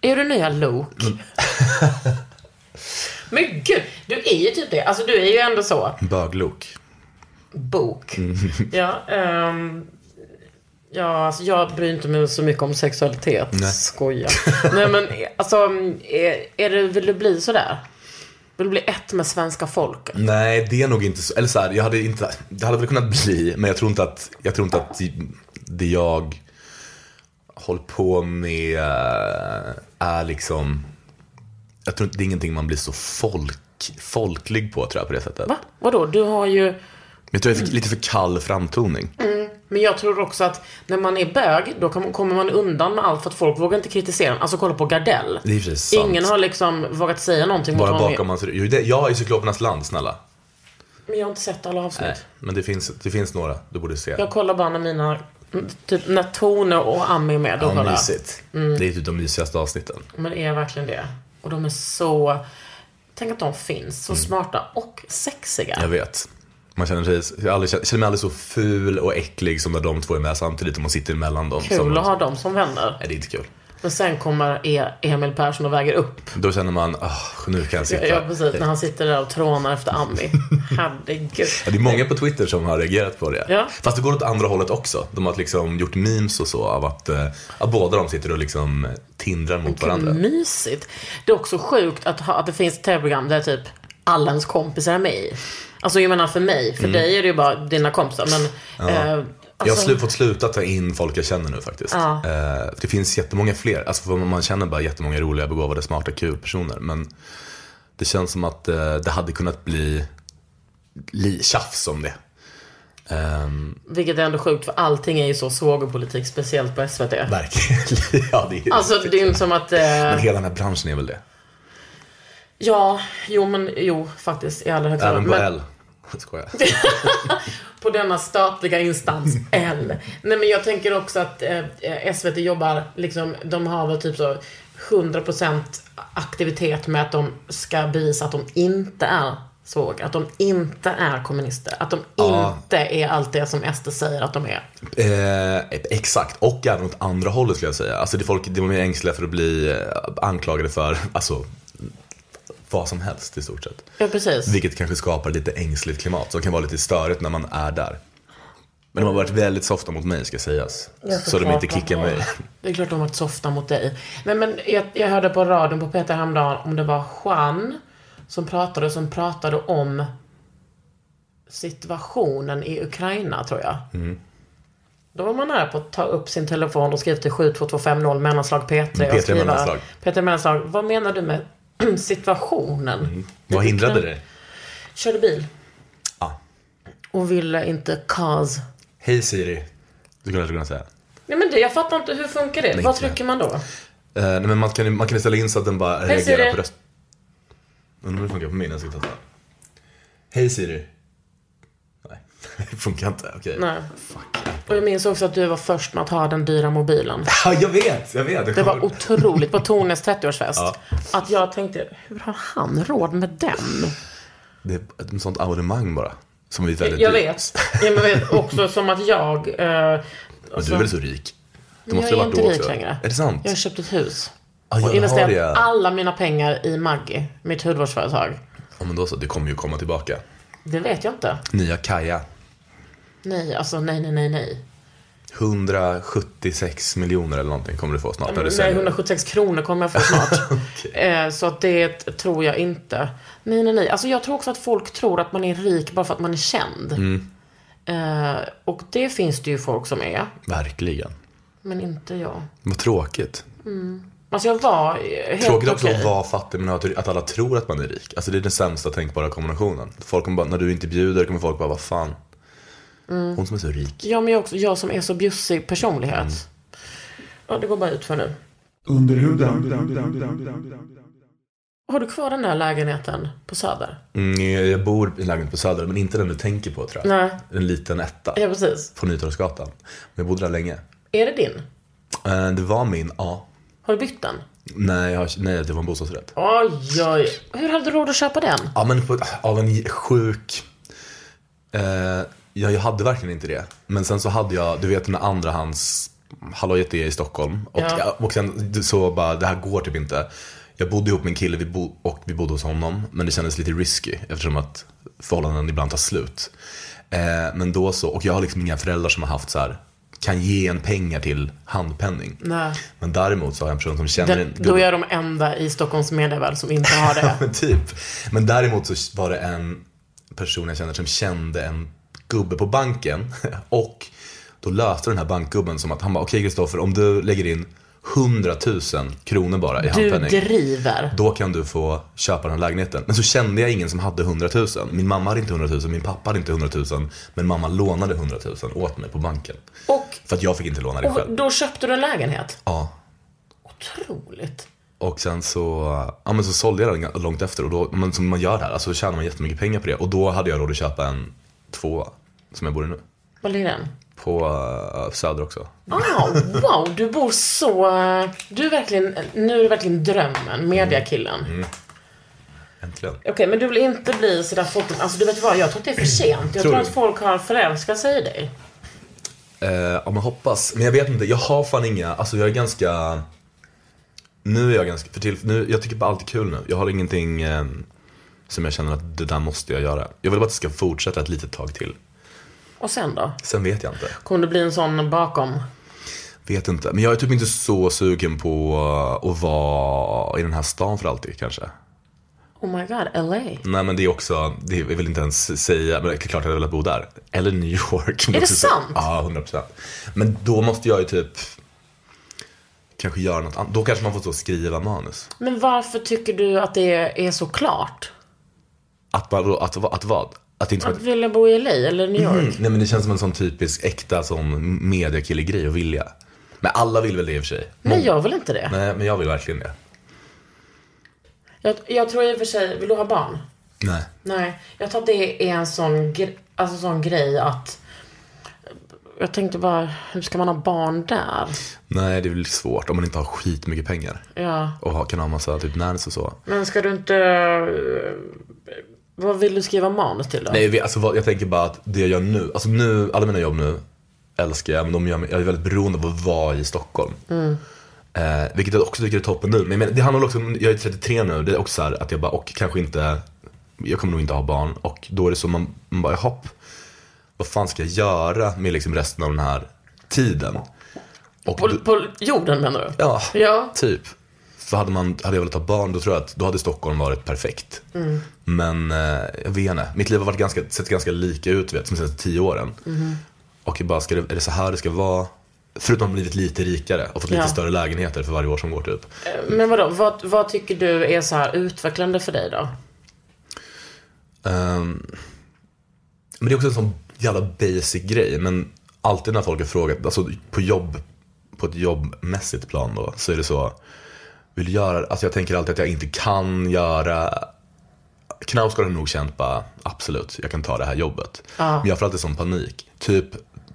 Speaker 1: Är du nya Luke?
Speaker 3: Mm.
Speaker 1: Men gud, du är ju typ det. Alltså du är ju ändå så.
Speaker 3: böglok.
Speaker 1: Bok.
Speaker 3: Mm.
Speaker 1: Ja, ehm, ja alltså, jag bryr inte mig så mycket om sexualitet. Skoja. Nej men alltså, är, är det, vill du bli sådär? Vill du bli ett med svenska folket?
Speaker 3: Nej, det är nog inte så. Eller så här, jag hade inte, det hade väl kunnat bli, men jag tror inte att, jag tror inte att det jag håller på med är liksom, jag tror inte det är ingenting man blir så folk, folklig på tror jag på det sättet.
Speaker 1: Va? Vadå? Du har ju...
Speaker 3: Jag tror jag fick lite för kall framtoning.
Speaker 1: Mm. Men jag tror också att när man är bög, då kan- kommer man undan med allt för att folk vågar inte kritisera en. Alltså kolla på Gardell.
Speaker 3: Det är i och för sig sant.
Speaker 1: Ingen har liksom vågat säga någonting
Speaker 3: Bara
Speaker 1: mot honom.
Speaker 3: bakom hans rygg. Jo, det- Jag är i Cyklopernas land, snälla.
Speaker 1: Men jag har inte sett alla avsnitt.
Speaker 3: Men det finns, det finns några du borde se.
Speaker 1: Jag kollar bara när mina, typ när Tone och Ami är med. Då
Speaker 3: Ja,
Speaker 1: kollar Mm. jag.
Speaker 3: mysigt. Det är typ de mysigaste avsnitten.
Speaker 1: Men det är verkligen det. Och de är så, tänk att de finns.
Speaker 3: Mm.
Speaker 1: Så smarta och sexiga.
Speaker 3: Jag vet. Man känner, sig, jag har aldrig, känner mig aldrig så ful och äcklig som när de två är med samtidigt och man sitter emellan dem.
Speaker 1: Kul
Speaker 3: som,
Speaker 1: att ha dem som vänner.
Speaker 3: Nej, det är inte kul.
Speaker 1: Men sen kommer E- Emil Persson och väger upp.
Speaker 3: Då känner man, ah, nu kan jag sitta.
Speaker 1: Ja, precis. När han sitter där och trånar efter Ami. Herregud.
Speaker 3: Ja, det är många på Twitter som har reagerat på det.
Speaker 1: Ja.
Speaker 3: Fast det går åt andra hållet också. De har liksom gjort memes och så av att, eh, att båda de sitter och liksom tindrar mot varandra.
Speaker 1: Mysigt. Det är också sjukt att, ha, att det finns ett tv-program där typ alla ens kompisar är med i. Alltså jag menar för mig, för dig är det ju bara dina kompisar. Men, eh,
Speaker 3: Mm. Jag har
Speaker 1: alltså,
Speaker 3: slut, fått sluta ta in folk jag känner nu faktiskt. Eh, det finns jättemånga fler. Alltså, för man känner bara jättemånga roliga, begåvade, smarta, kul personer. Men det känns som att eh, det hade kunnat bli li- tjafs om det. Ehm,
Speaker 1: vilket är ändå sjukt för allting är ju så svågerpolitik, speciellt på SVT.
Speaker 3: verkligen. ja, det är,
Speaker 1: Alltså det är ju inte som att... Eh,
Speaker 3: Men hela den här branschen är väl det.
Speaker 1: ja, jo men jo faktiskt i allra högsta
Speaker 3: Även på
Speaker 1: men-
Speaker 3: L. Skojar.
Speaker 1: på denna statliga instans L. Nej men jag tänker också att eh, eh, SVT jobbar, liksom, de har väl typ så 100% aktivitet med att de ska bevisa att de inte är svåg, att de inte är kommunister, att de inte är allt det som SD säger att de är.
Speaker 3: Eh, exakt, och även åt andra hållet skulle jag säga. Alltså det är folk, de är ängsliga för att bli eh, anklagade för, alltså, vad som helst i stort sett.
Speaker 1: Ja precis.
Speaker 3: Vilket kanske skapar lite ängsligt klimat som kan vara lite störigt när man är där. Men de har varit väldigt softa mot mig ska sägas. Så de inte kickar mig.
Speaker 1: Det är klart de har varit softa mot dig. Nej men jag, jag hörde på radion på Peter häromdagen om det var Juan som pratade, som pratade om situationen i Ukraina tror jag.
Speaker 3: Mm.
Speaker 1: Då var man nära på att ta upp sin telefon och skriva till 72250 mellanslag P3
Speaker 3: Mm, P3
Speaker 1: och skriva
Speaker 3: mellanslag.
Speaker 1: P3 mellanslag. Vad menar du med situationen?
Speaker 3: Vad hindrade det?
Speaker 1: Körde bil
Speaker 3: Ja.
Speaker 1: och ville inte cause.
Speaker 3: Hej Siri. Du skulle jag kunna säga.
Speaker 1: Nej men det, jag fattar inte, hur funkar det?
Speaker 3: Nej,
Speaker 1: Vad
Speaker 3: inte.
Speaker 1: trycker man då?
Speaker 3: Eh, nej, men man kan ju man kan ju ställa in så att den bara reagerar
Speaker 1: Siri.
Speaker 3: på röst. Undrar om det funkar på min, jag ska testa. Hej Siri. Nej, det funkar inte. Okej.
Speaker 1: Nej. Och jag minns också att du var först med att ha den dyra mobilen.
Speaker 3: Ja, Ah, jag vet, jag vet.
Speaker 1: Det var otroligt på Tones 30-årsfest.
Speaker 3: Ja.
Speaker 1: Att jag tänkte, hur har han råd med den?
Speaker 3: det är ett sånt abonnemang bara. Som vi är väldigt
Speaker 1: Jag
Speaker 3: dyrt.
Speaker 1: vet. Jag vet också som att jag... Eh,
Speaker 3: Men du är väl så rik? Du
Speaker 1: jag
Speaker 3: måste ha
Speaker 1: är
Speaker 3: varit
Speaker 1: inte
Speaker 3: då
Speaker 1: rik
Speaker 3: också.
Speaker 1: längre.
Speaker 3: Är det sant?
Speaker 1: Jag har köpt ett hus.
Speaker 3: Ja, jag
Speaker 1: och
Speaker 3: har det.
Speaker 1: investerat alla mina pengar i Maggi, mitt hudvårdsföretag.
Speaker 3: Ja, men då så, det kommer ju komma tillbaka.
Speaker 1: Det vet jag inte.
Speaker 3: Nya Kaja.
Speaker 1: Nej, alltså nej, nej, nej, nej.
Speaker 3: 176 miljoner eller någonting kommer du få snart när du
Speaker 1: Mm, Nej,
Speaker 3: säljer.
Speaker 1: 176 kronor kommer jag få snart. eh, så att det tror jag inte. Nej, nej, nej. Alltså jag tror också att folk tror att man är rik bara för att man är känd. Eh, och det finns det ju folk som är,
Speaker 3: Verkligen.
Speaker 1: men inte jag.
Speaker 3: Vad tråkigt.
Speaker 1: Alltså jag var eh, helt
Speaker 3: Tråkigt också
Speaker 1: okej.
Speaker 3: att vara fattig men att att alla tror att man är rik. Alltså det är den sämsta tänkbara kombinationen. Folk kommer bara, när du inte bjuder kommer folk bara, vad fan.
Speaker 1: Mm.
Speaker 3: Hon som är så rik.
Speaker 1: Ja, men jag, också, jag som är så bjussig personlighet. Ja, det går bara ut för nu.
Speaker 5: Under huden.
Speaker 1: Har du kvar den där lägenheten på Söder?
Speaker 3: Mm, jag bor i en lägenhet på Söder men inte den du tänker på tror jag.
Speaker 1: Nej.
Speaker 3: En liten etta
Speaker 1: Ja, precis.
Speaker 3: på Nytorgsgatan. Men jag bodde där länge.
Speaker 1: Är det din?
Speaker 3: Eh, Det var min, ja.
Speaker 1: Har du bytt den?
Speaker 3: Nej, jag, har- nej det var en bostadsrätt.
Speaker 1: Oj, oj. Hur hade du råd att köpa den?
Speaker 3: Ja, men på, av en sjuk... Eh, ja, jag hade verkligen inte det. Men sen så hade jag, du vet den andra hans hallojet är i Stockholm. Och,
Speaker 1: Ja.
Speaker 3: och sen så bara, det här går typ inte. Jag bodde ihop med en kille vi bo, och vi bodde hos honom. Men det kändes lite risky eftersom att förhållanden ibland tar slut. Eh, men då så, och jag har liksom inga föräldrar som har haft så här kan ge en pengar till handpenning.
Speaker 1: Nej.
Speaker 3: Men däremot så har jag en person som känner en
Speaker 1: Den, då är jag de enda i Stockholms medievärld som inte har det.
Speaker 3: men typ. Men däremot så var det en person jag känner som kände en gubbe på banken. Och då löste den här bankgubben som att han bara, okej Kristoffer, om du lägger in 100 000 kronor bara i
Speaker 1: Du
Speaker 3: handpenning.
Speaker 1: driver.
Speaker 3: Då kan du få köpa den här lägenheten. Men så kände jag ingen som hade 100 000. Min mamma hade inte 100 000, min pappa hade inte 100 000. Men mamma lånade 100 000 åt mig på banken.
Speaker 1: Och,
Speaker 3: För att jag fick inte låna det
Speaker 1: och
Speaker 3: själv.
Speaker 1: då köpte du en lägenhet?
Speaker 3: Ja.
Speaker 1: Otroligt.
Speaker 3: Och sen så, ja, men så sålde jag den ganska långt efter och då, men som man gör här, alltså så tjänar man jättemycket pengar på det. Och då hade jag råd att köpa en tvåa som jag bor i nu.
Speaker 1: Var ligger den?
Speaker 3: På eh, Söder också.
Speaker 1: Ah, wow, du bor så... Du är verkligen... Nu är du verkligen drömmen, mediakillen.
Speaker 3: Mm. Äntligen.
Speaker 1: Okej, men du vill inte bli sådär folkligt... Alltså du vet vad, jag tror att det är för sent. Jag
Speaker 3: Tror
Speaker 1: tror
Speaker 3: du?
Speaker 1: att folk har förälskat sig i dig.
Speaker 3: Eh, ja men hoppas. Men jag vet inte, jag har fan inga, alltså jag är ganska Nu är jag ganska, för till, nu, jag tycker bara allt är kul nu. Jag har ingenting eh, som jag känner att det där måste jag göra. Jag vill bara att det ska fortsätta ett litet tag till.
Speaker 1: Och sen då?
Speaker 3: Sen vet jag inte.
Speaker 1: Kommer det bli en sån bakom?
Speaker 3: Vet inte. Men jag är typ inte så sugen på att vara i den här stan för alltid kanske.
Speaker 1: Oh my god, LA.
Speaker 3: Nej men det är också, det är- jag vill inte ens säga, men det är klart att jag hade velat bo där. Eller New York.
Speaker 1: det
Speaker 3: Också så-
Speaker 1: sant?
Speaker 3: Ja, 100 procent. Men då måste jag ju typ kanske göra något annat. Då kanske man får så skriva manus.
Speaker 1: Men varför tycker du att det är så klart?
Speaker 3: Att, bara, att, att vad? Att det inte
Speaker 1: Att vilja bo i LA eller New York?
Speaker 3: Mm, Nej men det känns som en sån typisk äkta sån mediakillegrej att vilja. Men alla vill väl det i och för sig.
Speaker 1: Nej, jag vill inte det.
Speaker 3: Nej men jag vill verkligen det.
Speaker 1: Jag, jag tror i och för sig, vill du ha barn?
Speaker 3: Nej.
Speaker 1: Nej, jag tror att det är en sån, gre- alltså sån grej att... Jag tänkte bara, hur ska man ha barn där?
Speaker 3: Nej det är väl svårt om man inte har skitmycket pengar.
Speaker 1: Ja.
Speaker 3: Och ha- kan ha massa typ närings och så.
Speaker 1: Men ska du inte... eh, Vad vill du skriva manus till då?
Speaker 3: Nej vi- alltså vad- jag tänker bara att det jag gör nu, alltså nu, alla mina jobb nu älskar jag men de gör mig, jag är väldigt beroende av att vara i Stockholm. Eh, vilket jag också tycker är toppen nu. Men jag menar, det handlar också om, jag är 33 nu, det är också så här att jag bara, och kanske inte, jag kommer nog inte ha barn. Och då är det så man, man bara, hopp, vad fan ska jag göra med liksom resten av den här tiden? Och
Speaker 1: På,
Speaker 3: då-
Speaker 1: på jorden menar du?
Speaker 3: ja,
Speaker 1: Ja.
Speaker 3: typ. För hade, man, hade jag velat ha barn då tror jag att då hade Stockholm varit perfekt.
Speaker 1: Mm.
Speaker 3: Men eh, jag vet inte, mitt liv har varit ganska, sett ganska lika ut vet, som de senaste tio åren.
Speaker 1: Mm-hmm.
Speaker 3: Och jag bara, ska det, är det så här det ska vara? Förutom att ha blivit lite rikare och fått lite
Speaker 1: Ja.
Speaker 3: större lägenheter för varje år som går typ.
Speaker 1: Men vadå, vad, vad tycker du är så här utvecklande för dig då?
Speaker 3: Ehm, men det är också en sån jävla basic grej. Men alltid när folk har frågat, alltså på jobb, på ett jobbmässigt plan då, så är det så. Vill du göra, alltså jag tänker alltid att jag inte kan göra. Knausgård har nog känt bara, absolut, jag kan ta det här jobbet. Men jag får alltid sån panik. Typ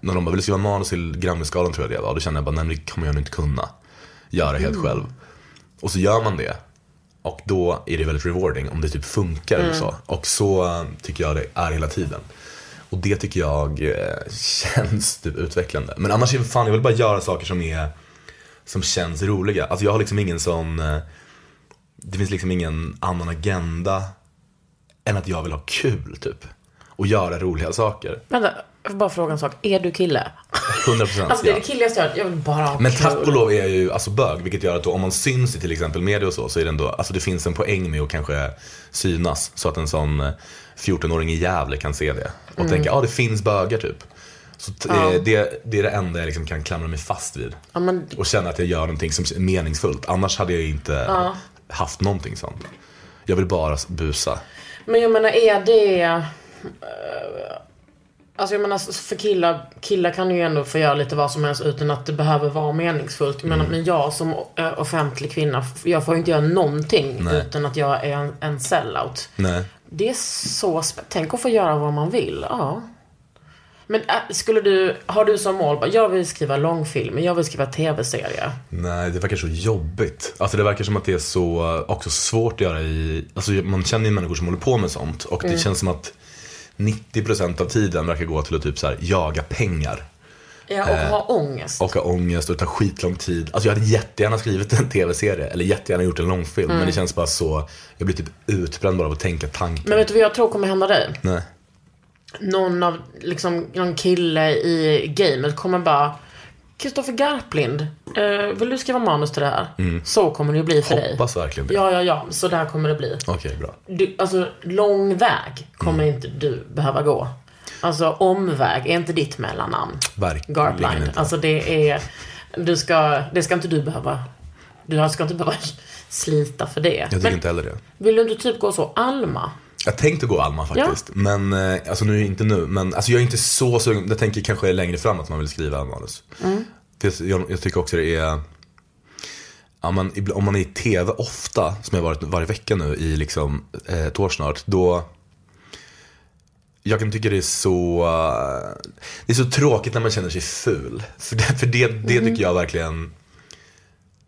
Speaker 3: när de bara, vill du skriva manus till Grammyskalan tror jag det var. Då känner jag bara, nej men det kommer jag nog inte kunna göra helt själv. Och så gör man det. Och då är det väldigt rewarding om det typ funkar
Speaker 1: Mm.
Speaker 3: eller så. Och så eh, tycker jag det är hela tiden. Och det tycker jag eh, känns typ utvecklande. Men annars är det fan, jag vill bara göra saker som är som känns roliga. Alltså jag har liksom ingen sån, eh, det finns liksom ingen annan agenda än att jag vill ha kul typ. Och göra roliga saker.
Speaker 1: Vänta, jag får bara fråga en sak. Är du kille?
Speaker 3: 100% procent.
Speaker 1: Alltså det är det killigaste jag hört. Jag vill bara ha
Speaker 3: Men
Speaker 1: kul.
Speaker 3: tack och lov är jag ju alltså bög, vilket gör att då, om man syns i till exempel media och så, så är det ändå, alltså det finns en poäng med att kanske synas. Så att en sån eh, 14-åring i Gävle kan se det och
Speaker 1: Mm.
Speaker 3: tänka, ja ah, det finns bögar typ. Så t- eh, det, det är det enda jag liksom kan klamra mig fast vid.
Speaker 1: Ja, men
Speaker 3: Och känna att jag gör någonting som är meningsfullt. Annars hade jag inte haft någonting sånt. Jag vill bara s- busa.
Speaker 1: Men jag menar, är det... eh, Alltså jag menar, för killar, killar kan ju ändå få göra lite vad som helst utan att det behöver vara meningsfullt. Jag menar, Men jag som eh, offentlig kvinna, f- jag får ju inte göra någonting utan att jag är en, en sellout.
Speaker 3: Nej.
Speaker 1: Det är så spä- Tänk att få göra vad man vill. Ja. Men eh, skulle du, har du som mål, bara, jag vill skriva långfilm, jag vill skriva tv-serie.
Speaker 3: Nej, det verkar så jobbigt. Alltså det verkar som att det är så eh, också svårt att göra i, alltså man känner ju människor som håller på med sånt och
Speaker 1: Mm.
Speaker 3: det känns som att 90% av tiden verkar gå till att typ så här, jaga pengar
Speaker 1: Ja, och ha ångest.
Speaker 3: och ha ångest och ta skitlång tid. Alltså jag hade jättegärna skrivit en tv-serie eller jättegärna gjort en långfilm
Speaker 1: Mm.
Speaker 3: men det känns bara så, jag blir typ utbränd bara av att tänka tanken.
Speaker 1: Men vet du vad jag tror kommer hända dig?
Speaker 3: Nej.
Speaker 1: någon av, liksom, någon kille i gamet kommer bara Kristoffer Garplind, eh, vill du skriva manus till det här? Så kommer det ju bli för dig.
Speaker 3: Mm. Hoppas verkligen det.
Speaker 1: Ja, ja, ja. Så där kommer det bli.
Speaker 3: Okej, bra.
Speaker 1: Du, alltså, lång väg kommer
Speaker 3: Mm.
Speaker 1: inte du behöva gå. Alltså, omväg är inte ditt mellannamn.
Speaker 3: Verkligen
Speaker 1: Garplind.
Speaker 3: inte.
Speaker 1: Alltså, det är... Du ska, det ska inte du behöva... Du ska inte behöva slita för det.
Speaker 3: Jag tycker
Speaker 1: Men
Speaker 3: inte heller det.
Speaker 1: Vill du inte typ gå så Alma?
Speaker 3: Jag tänkte gå Alma faktiskt. Men, eh, alltså nu är inte nu, men alltså jag är inte så sugen. Jag tänker kanske längre fram att man vill skriva manus. Det, jag, jag tycker också det är, ja, men ibla- om man är i tv ofta, som jag har varit varje vecka nu i liksom eh, ett år snart, då jag kan tycka det är så eh, Det är så tråkigt när man känner sig ful. För det, för det, det tycker jag verkligen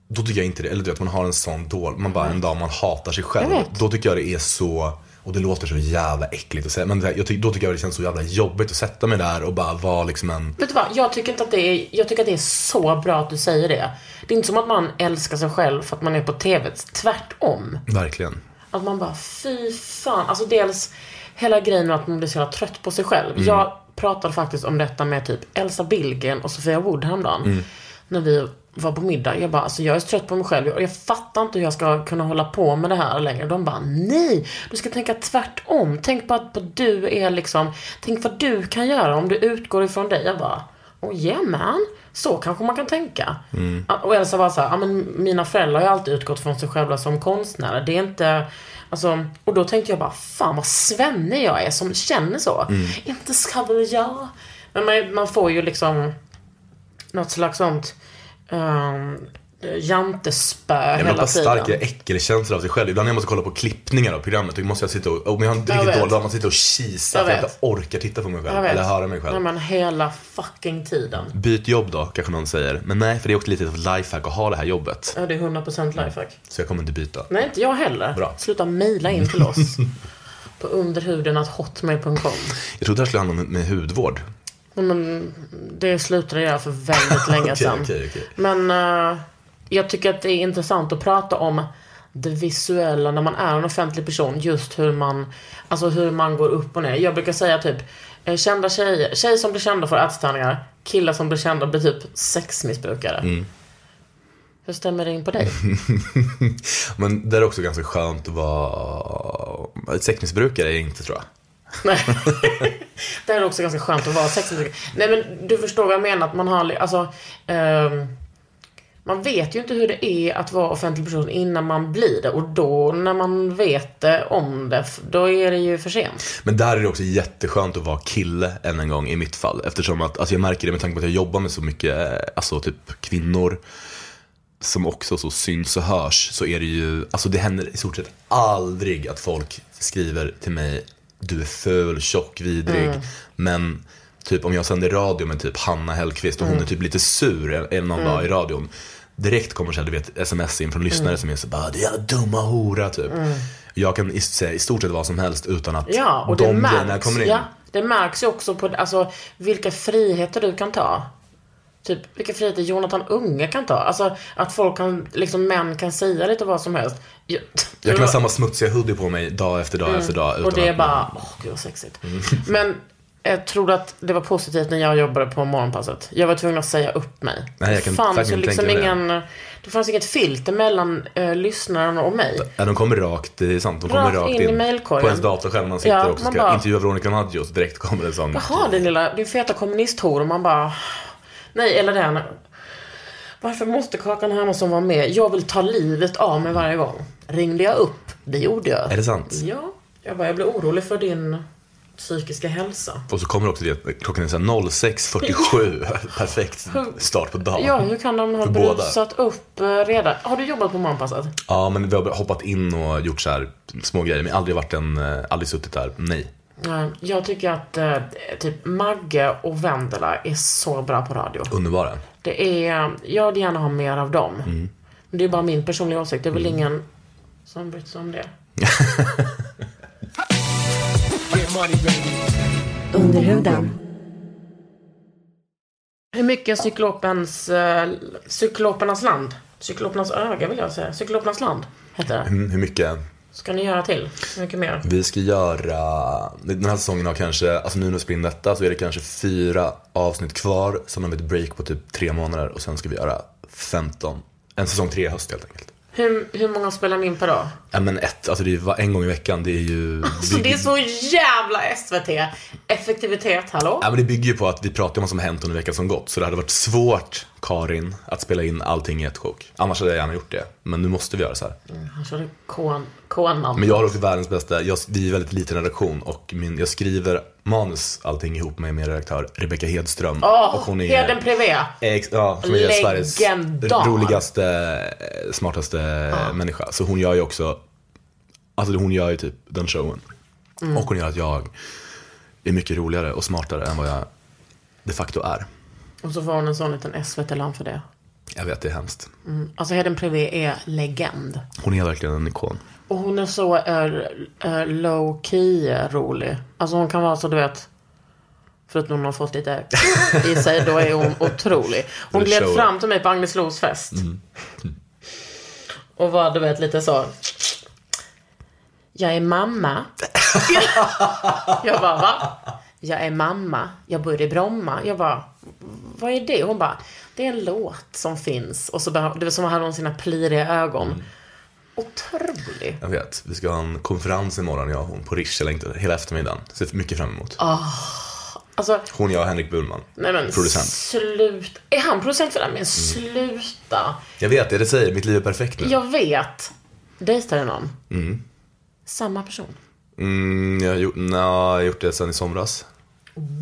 Speaker 1: Mm.
Speaker 3: då tycker jag inte det, eller du vet man har en sån dålig, man bara en dag man hatar sig själv. Då tycker jag det är så, och Och det låter så jävla äckligt att säga, men det, här- jag ty- då tycker jag det känns så jävla jobbigt att sätta mig där och bara vara liksom en...
Speaker 1: Vet du vad, jag tycker, inte att det är, jag tycker att det är så bra att du säger det. Det är inte som att man älskar sig själv för att man är på TV. Tvärtom.
Speaker 3: Verkligen.
Speaker 1: Att man bara, fy fan. Alltså dels hela grejen med att man blir så jävla trött på sig själv. Jag pratade faktiskt om detta med typ Elsa Billgren och Sofia Wood häromdagen. När vi var på middag. Jag bara, alltså jag är så trött på mig själv. Och jag fattar inte hur jag ska kunna hålla på med det här längre. De bara, nej! Du ska tänka tvärtom. Tänk på att på du är liksom, tänk vad du kan göra om du utgår ifrån dig. Jag bara, oh yeah man. Så kanske man kan tänka.
Speaker 3: Mm.
Speaker 1: Och Elsa var så här, ja men mina föräldrar har ju alltid utgått från sig själva som konstnärer. Det är inte, alltså, och då tänkte jag bara, fan vad svennig jag är som känner så.
Speaker 3: Mm.
Speaker 1: Inte ska väl jag. Men man, man får ju liksom något slags sånt um, jantespö
Speaker 3: Ja, men
Speaker 1: hela tiden.
Speaker 3: bara starka äckelkänslor av sig själv. Ibland när jag måste kolla på klippningar av programmet, då måste jag sitta och, om jag har en
Speaker 1: Jag
Speaker 3: riktigt
Speaker 1: vet.
Speaker 3: dålig dag, man sitter och kisar
Speaker 1: Jag
Speaker 3: för att jag
Speaker 1: vet.
Speaker 3: orkar titta på mig
Speaker 1: Jag
Speaker 3: själv
Speaker 1: vet.
Speaker 3: eller höra mig själv.
Speaker 1: Nej, men hela fucking tiden.
Speaker 3: Byt jobb då, kanske någon säger. Men nej, för det är också lite av ett lifehack att ha det här jobbet.
Speaker 1: Ja, det är 100% lifehack.
Speaker 3: Så jag kommer inte byta.
Speaker 1: Nej, inte jag heller.
Speaker 3: Bra.
Speaker 1: Sluta mejla in till oss. på underhudenhotmail.com.
Speaker 3: Jag trodde det här skulle handla om med hudvård.
Speaker 1: Nej, Men det slutade jag göra för väldigt länge
Speaker 3: Okej,
Speaker 1: sedan.
Speaker 3: okej, okej.
Speaker 1: Men eh, jag tycker att det är intressant att prata om det visuella när man är en offentlig person. Just hur man, alltså hur man går upp och ner. Jag brukar säga typ eh, kända tjejer, tjejer som blir kända får ätstörningar. Killar som blir kända blir typ sexmissbrukare.
Speaker 3: Mm.
Speaker 1: Hur stämmer det in på dig?
Speaker 3: Men det är också ganska skönt att vara... Ett sexmissbrukare är jag inte tror jag.
Speaker 1: Nej. det här är också ganska skönt att vara sexmissbrukare. Nej men du förstår vad jag menar. Att man har, li- alltså, ehm, man vet ju inte hur det är att vara offentlig person innan man blir det. Och då när man vet det, om det, f- då är det ju för sent.
Speaker 3: Men där är det också jätteskönt att vara kille än en gång i mitt fall. Eftersom att, alltså jag märker det med tanke på att jag jobbar med så mycket, eh, alltså typ kvinnor som också så syns och hörs. Så är det ju, alltså det händer i stort sett aldrig att folk skriver till mig, du är ful, tjock, vidrig.
Speaker 1: Mm.
Speaker 3: Men typ om jag sänder radio med typ Hanna Hellqvist och
Speaker 1: Mm.
Speaker 3: hon är typ lite sur en- en någon dag i radion. Direkt kommer så här, du vet, sms in från
Speaker 1: Mm.
Speaker 3: lyssnare som är så bara, det är dumma hora typ. Jag kan i- säga i stort sett vad som helst utan att
Speaker 1: Ja, och det
Speaker 3: de grejerna
Speaker 1: märks.
Speaker 3: kommer in.
Speaker 1: Ja, det märks ju också på alltså, vilka friheter du kan ta. Typ vilka friheter Jonathan Unge kan ta. Alltså att folk kan, liksom män kan säga lite vad som helst. Jag,
Speaker 3: Jag kan ha samma smutsiga hoodie på mig dag efter dag efter dag. Utan
Speaker 1: Mm. Och det är
Speaker 3: att-
Speaker 1: bara, åh gud vad sexigt. Men jag tror att det var positivt när jag jobbade på morgonpasset. Jag var tvungen att säga upp mig.
Speaker 3: Nej, jag
Speaker 1: det
Speaker 3: kan
Speaker 1: fanns ju
Speaker 3: verkligen
Speaker 1: liksom
Speaker 3: tänka mig
Speaker 1: ingen, det fanns inget filter mellan eh, lyssnaren och mig.
Speaker 3: Ja, de kommer rakt, det är sant, de
Speaker 1: Rakt
Speaker 3: kommer rakt
Speaker 1: in i
Speaker 3: in.
Speaker 1: mailkorgen.
Speaker 3: på ens datorskärm man sitter
Speaker 1: Ja,
Speaker 3: och också
Speaker 1: man
Speaker 3: ska
Speaker 1: bara-
Speaker 3: intervjua Veronica Maggio så direkt kommer en sån.
Speaker 1: Jaha, din lilla, din feta kommunisthor. Och man bara, nej, eller den. Varför måste Kakan Hermansson vara med? Jag vill ta livet av mig varje gång. Ringde jag upp? Det gjorde jag.
Speaker 3: Är det sant?
Speaker 1: Ja. Jag bara, jag blir orolig för din psykiska hälsa.
Speaker 3: Och så kommer också det, klockan är så här 06.47. Perfekt start på dagen.
Speaker 1: Ja, hur kan de ha
Speaker 3: För båda.
Speaker 1: brusat upp eh, redan? Har du jobbat på morgonpasset?
Speaker 3: Ja, men vi har hoppat in och gjort så här små grejer. Men aldrig varit en, eh, aldrig suttit där, nej.
Speaker 1: Eh, Jag tycker att eh, typ Magge och Vendela är så bra på radio.
Speaker 3: Underbara.
Speaker 1: Det är, eh, jag vill gärna ha mer av dem.
Speaker 3: Mm.
Speaker 1: Men det är bara min personliga åsikt. Det är väl ingen som bryr sig om det.
Speaker 2: Under huden.
Speaker 1: Hur mycket är cyklopens, eh, cyklopernas land? Cyklopernas öga vill jag säga. Cyklopernas land heter det.
Speaker 3: Mm, hur mycket?
Speaker 1: Ska ni göra till? Hur mycket mer?
Speaker 3: Vi ska göra, den här säsongen har kanske, alltså nu när vi spelar in detta så är det kanske fyra avsnitt kvar. Sen har vi ett break på typ tre månader och sen ska vi göra 15. En säsong tre i höst helt enkelt.
Speaker 1: Hur, hur många spelar ni in per dag?
Speaker 3: Ja men ett, alltså det är ju va- en gång i veckan, det är ju...
Speaker 1: Så det är så jävla SVT. Effektivitet, hallå?
Speaker 3: Ja, men det bygger ju på att vi pratar om vad som har hänt under veckan som gått. Så det hade varit svårt, Karin, att spela in allting i ett sjok. Annars hade jag gärna gjort det. Men nu måste vi göra så här.
Speaker 1: Han körde kon- konan.
Speaker 3: Men jag har också världens bästa, jag, vi är väldigt liten redaktion och min, jag skriver manus allting ihop med min redaktör Rebecca Hedström.
Speaker 1: Åh,
Speaker 3: och hon är...
Speaker 1: Heden Privé.
Speaker 3: Ex, ja, som är Sveriges
Speaker 1: Legendar.
Speaker 3: roligaste, eh, smartaste eh, människa. Så hon gör ju också, alltså hon gör ju typ den showen.
Speaker 1: Mm.
Speaker 3: Och hon gör att jag är mycket roligare och smartare än vad jag de facto är.
Speaker 1: Och så får hon en sån liten SVT-land för det.
Speaker 3: Jag vet, det är hemskt.
Speaker 1: Alltså Hedden Privée är legend.
Speaker 3: Hon är verkligen en ikon.
Speaker 1: Och hon är så low key rolig. Alltså hon kan vara så du vet. Förutom hon har fått lite i sig, då är hon otrolig. Hon
Speaker 3: The
Speaker 1: gled
Speaker 3: show.
Speaker 1: fram till mig på Agnes Los fest. Och var du vet lite så. Jag är mamma. jag bara va? Jag är mamma. Jag bor i Bromma. Jag bara, vad är det? Hon bara, det är en låt som finns. Och så behöver, det var som hade hon sina pliriga ögon. Otrolig.
Speaker 3: Jag vet, vi ska ha en konferens imorgon, jag och hon, på Riche, jag längtar hela eftermiddagen. Ser mycket fram emot.
Speaker 1: Alltså,
Speaker 3: Hon, jag och Henrik Bullman.
Speaker 1: nej men
Speaker 3: Producent. Mm.
Speaker 1: slut. Är han producent för den? Men sluta.
Speaker 3: Jag vet, det är det jag säger, mitt liv är perfekt nu.
Speaker 1: Jag vet. Dejtade någon. Samma person.
Speaker 3: Mm, jag har gjort, nej, jag har gjort det sen i somras.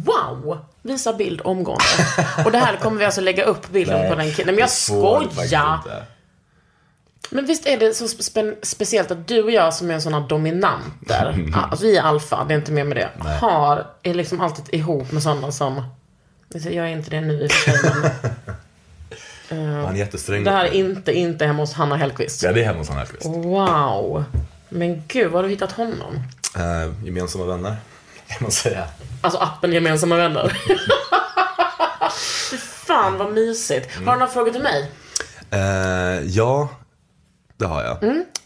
Speaker 1: Wow! Visa bild omgående. Och det här kommer vi alltså lägga upp bilden på den killen. Nej men jag
Speaker 3: det får du faktiskt
Speaker 1: skojar!
Speaker 3: inte.
Speaker 1: Men visst är det så spe- speciellt att du och jag som är sådana
Speaker 3: Mm.
Speaker 1: dominanter, alltså vi är alfa, det är inte mer med det, har, är liksom alltid ihop med sådana som, jag är inte det nu i och för sig, men
Speaker 3: Han är jättesträng.
Speaker 1: det här är inte, inte hemma hos Hanna Hellquist.
Speaker 3: Ja, det är hemma hos Anna Hellquist.
Speaker 1: Wow! Men gud, var har du hittat honom?
Speaker 3: Eh, gemensamma vänner, kan man säga.
Speaker 1: Alltså appen Gemensamma Vänner. Fy Fan vad mysigt.
Speaker 3: Mm.
Speaker 1: Har du några frågor till mig?
Speaker 3: Eh, ja, det har jag.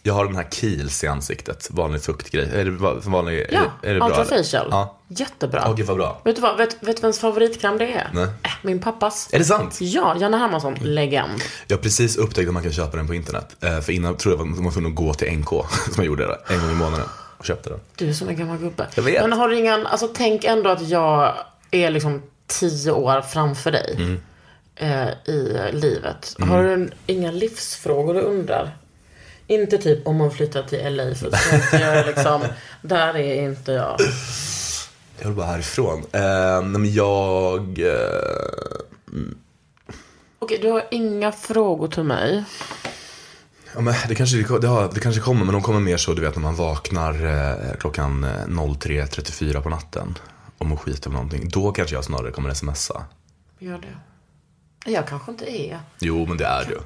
Speaker 3: Jag har den här Kiehl's i ansiktet, vanlig fuktgrej. Är det, va- vanlig, är
Speaker 1: Ja,
Speaker 3: det, är det bra?
Speaker 1: Ultra
Speaker 3: eller?
Speaker 1: Facial.
Speaker 3: Ja.
Speaker 1: Jättebra.
Speaker 3: Åh, gud vad bra.
Speaker 1: Vet du vad, vet, vet du vems favoritkräm det är?
Speaker 3: Nej. Mm.
Speaker 1: Äh, min pappas.
Speaker 3: Är det sant?
Speaker 1: Ja, Janne Hermansson, legend.
Speaker 3: Jag har precis upptäckt att man kan köpa den på internet. Eh, för innan tror jag att man får nog gå till NK, som jag gjorde det, en gång i månaden och köpte den.
Speaker 1: Du är som en gammal gubbe.
Speaker 3: Jag vet.
Speaker 1: Men har du ingen, alltså tänk ändå att jag är liksom tio år framför dig
Speaker 3: Mm.
Speaker 1: eh, i livet. Har du en- inga livsfrågor du undrar? Inte typ om man flyttar till LA för att jag är liksom, där är inte jag.
Speaker 3: Jag vill bara härifrån. Eh, nej, men jag... Eh,
Speaker 1: Okej, du har inga frågor till mig.
Speaker 3: Ja, men det, kanske, det, har, det kanske kommer, men de kommer mer så du vet när man vaknar eh, klockan eh, 03.34 på natten. Om och skiter på någonting. Då kanske jag snarare kommer smsa.
Speaker 1: Gör det. Jag kanske inte är.
Speaker 3: Jo, men det är du.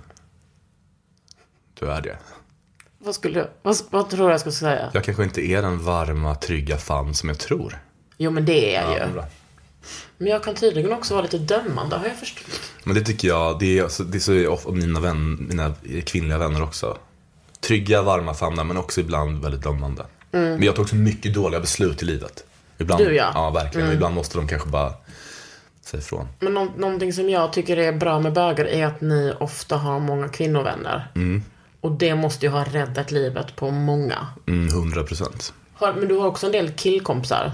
Speaker 3: Du är det.
Speaker 1: Vad skulle jag, vad, vad tror du jag skulle säga?
Speaker 3: Jag kanske inte är den varma, trygga fan som jag tror.
Speaker 1: Jo men det är jag
Speaker 3: Ja,
Speaker 1: ju.
Speaker 3: bra.
Speaker 1: Men jag kan tydligen också vara lite dömande, har jag förstått.
Speaker 3: Men det tycker jag, det är, så- det är så of- mina, vän, mina kvinnliga vänner också. Trygga, varma famnar, men också ibland väldigt dömande. Men jag tar också mycket dåliga beslut i livet. Ibland,
Speaker 1: Mm. Du, ja. Mm.
Speaker 3: Ja, verkligen. Och Ibland måste de kanske bara säga ifrån.
Speaker 1: Men nå- någonting som jag tycker är bra med bögar är att ni ofta har många kvinnovänner. Och det måste ju ha räddat livet på många.
Speaker 3: Mm, 100 procent.
Speaker 1: Har, men du har också en del killkompisar.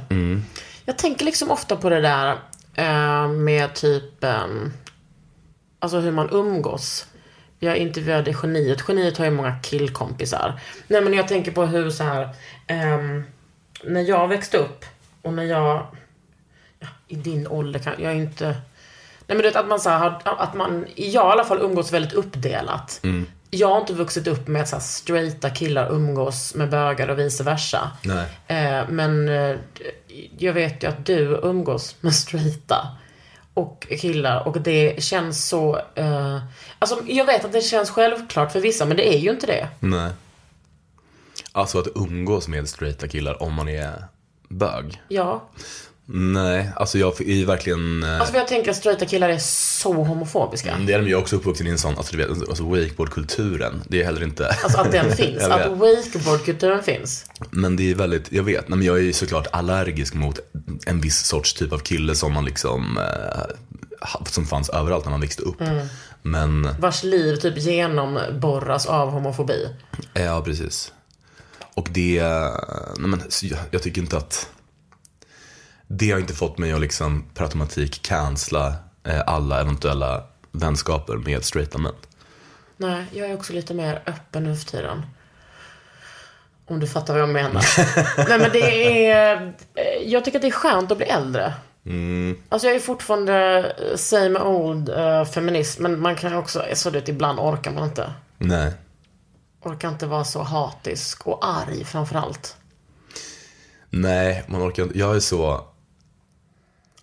Speaker 1: Jag tänker liksom ofta på det där eh, med typ, eh, alltså hur man umgås. Jag intervjuade geniet. Geniet har ju många killkompisar. Nej men jag tänker på hur så här, ehm, när jag växte upp och när jag, ja, i din ålder kan jag är ju inte, nej men du vet att man så här, har- att man, jag i alla fall umgås väldigt uppdelat. Jag har inte vuxit upp med att så här, straighta killar umgås med bögar och vice versa.
Speaker 3: Nej.
Speaker 1: Eh, men eh, jag vet ju att du umgås med straighta och killar och det känns så... Eh, alltså jag vet att det känns självklart för vissa men det är ju inte det.
Speaker 3: Nej. Alltså att umgås med straighta killar om man är bög.
Speaker 1: Ja.
Speaker 3: Nej, alltså jag är ju verkligen... eh,
Speaker 1: Alltså för jag tänker att straighta killar är så homofobiska.
Speaker 3: det är de ju också uppvuxen i en sån, alltså du vet, alltså wakeboardkulturen. Det är heller inte...
Speaker 1: Alltså att den finns.
Speaker 3: Jag
Speaker 1: Att
Speaker 3: vet.
Speaker 1: wakeboardkulturen finns.
Speaker 3: Men det är väldigt, jag vet, nej, men jag är ju såklart allergisk mot en viss sorts typ av kille som man liksom, eh, ha- som fanns överallt när man växte upp. Men,
Speaker 1: Vars liv typ genomborras av homofobi.
Speaker 3: eh, ja precis. Och det, eh, nej men så jag, jag tycker inte att, det har inte fått mig att liksom per automatik cancella eh, alla eventuella vänskaper med straighta män.
Speaker 1: Nej, jag är också lite mer öppen nu för tiden. Om du fattar vad jag menar. Nej men det är... eh, Jag tycker att det är skönt att bli äldre.
Speaker 3: Mm.
Speaker 1: Alltså jag är fortfarande eh, same old eh, feminist. Men man kan också... Så det ibland orkar man inte.
Speaker 3: Nej.
Speaker 1: Orkar inte vara så hatisk och arg framförallt.
Speaker 3: Nej, man orkar inte. Jag är så...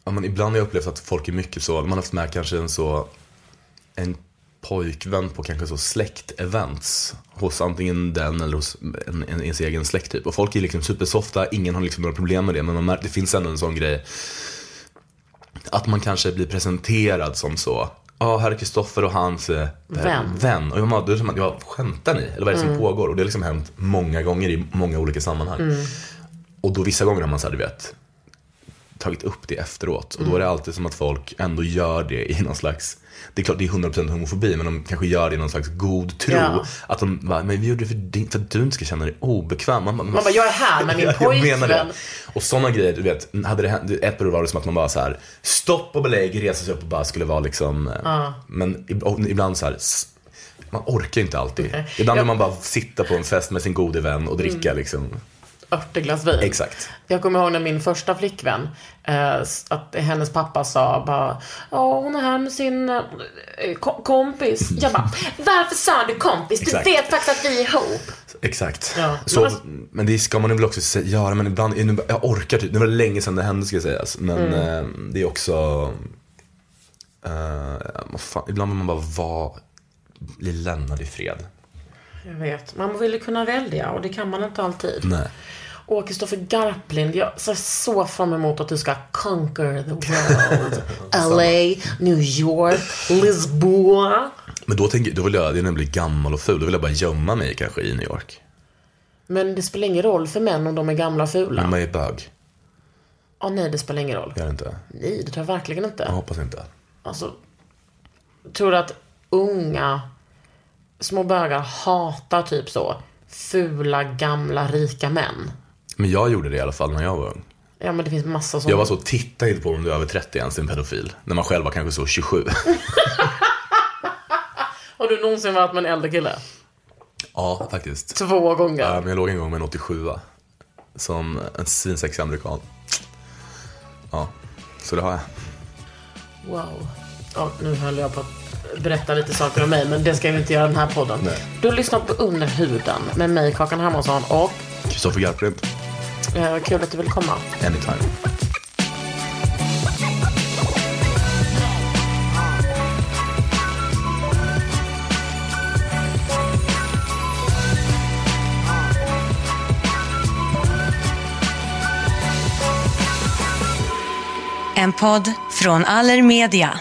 Speaker 3: Ja, men ibland har jag upplevt att folk är mycket så, man har haft med kanske en så... En pojkvän på kanske så släktevents hos antingen den eller hos en, en, ens egen släkt typ. Och folk är liksom supersofta, ingen har liksom några problem med det men man märker, det finns ändå en sån grej att man kanske blir presenterad som så Ja, här är Kristoffer och hans eh,
Speaker 1: Vän.
Speaker 3: vän. Och jag bara, då är det som att, jag skämtar ni? Eller vad är det som pågår? Och det har liksom hänt många gånger i många olika sammanhang. Och då vissa gånger har man så här, du vet, tagit upp det efteråt. Och då
Speaker 1: Mm.
Speaker 3: är det alltid som att folk ändå gör det i någon slags, det är klart det är 100% homofobi, men de kanske gör det i någon slags god tro.
Speaker 1: Ja.
Speaker 3: Att de bara, men vi gjorde det för, din, för att du inte ska känna dig obekväm. Man, bara, men
Speaker 1: Man bara, jag är här med min
Speaker 3: jag- jag menar det.
Speaker 1: pojkvän.
Speaker 3: Och sådana grejer, du vet, hade det hänt, ett period var det som att man bara så här, stopp och belägg, resa sig upp och bara skulle vara liksom, eh, men ib- och ibland så här, s- man orkar ju inte alltid. Ibland vill man bara sitta på en fest med sin gode vän och dricka
Speaker 1: Mm.
Speaker 3: liksom.
Speaker 1: örteglas vin.
Speaker 3: Exakt.
Speaker 1: Jag kommer ihåg när min första flickvän, eh, s- att hennes pappa sa bara, ja hon är här med sin eh, ko- kompis. Jag bara, varför sa du kompis? Du
Speaker 3: Mm. Exakt.
Speaker 1: vet faktiskt att vi är ihop.
Speaker 3: Exakt.
Speaker 1: Ja.
Speaker 3: Så,
Speaker 1: Men alltså-
Speaker 3: men, det ska man väl också se- göra, men ibland, nu- jag orkar typ, det var länge sedan det hände ska sägas. Men
Speaker 1: Mm.
Speaker 3: eh, det är också, eh, vad fan, ibland vill man bara vara, bli lämnad i fred.
Speaker 1: Jag vet, man vill ju kunna välja och det kan man inte alltid.
Speaker 3: Nej.
Speaker 1: Och Kristoffer Garplind, jag ser så fram emot att du ska conquer the world. LA, New York, Lisboa.
Speaker 3: Men då, tänker, då vill jag, det är när jag blir gammal och ful, då vill jag bara gömma mig kanske i New York.
Speaker 1: Men det spelar ingen roll för män om de är gamla och fula.
Speaker 3: Men
Speaker 1: Ja,
Speaker 3: man är bög,
Speaker 1: nej, det spelar ingen roll.
Speaker 3: gör det inte?
Speaker 1: Nej, det tror jag verkligen inte.
Speaker 3: Jag hoppas inte.
Speaker 1: Alltså, tror du att unga små bögar hatar typ så fula, gamla, rika män?
Speaker 3: Men jag gjorde det i alla fall när jag var ung.
Speaker 1: Ja, men det finns massa sådana.
Speaker 3: Jag var så, titta inte på om du är över 30 ens, en pedofil. När man själv var kanske så 27.
Speaker 1: Har du någonsin varit med en äldre kille?
Speaker 3: ja, faktiskt.
Speaker 1: Två gånger.
Speaker 3: Ja, men Ehm, jag låg en gång med en 87 Som en svinsexig amerikan. Ja, så det har jag.
Speaker 1: Wow. Ja, nu höll jag på att berätta lite saker om mig, men det ska vi inte göra i den här podden.
Speaker 3: Nej.
Speaker 1: Du har lyssnat på Under huden med mig, Kakan Hermansson, och
Speaker 3: Kristoffer Garplind,
Speaker 1: eh, kul att du vill komma.
Speaker 3: anytime.
Speaker 2: En podd från Allermedia.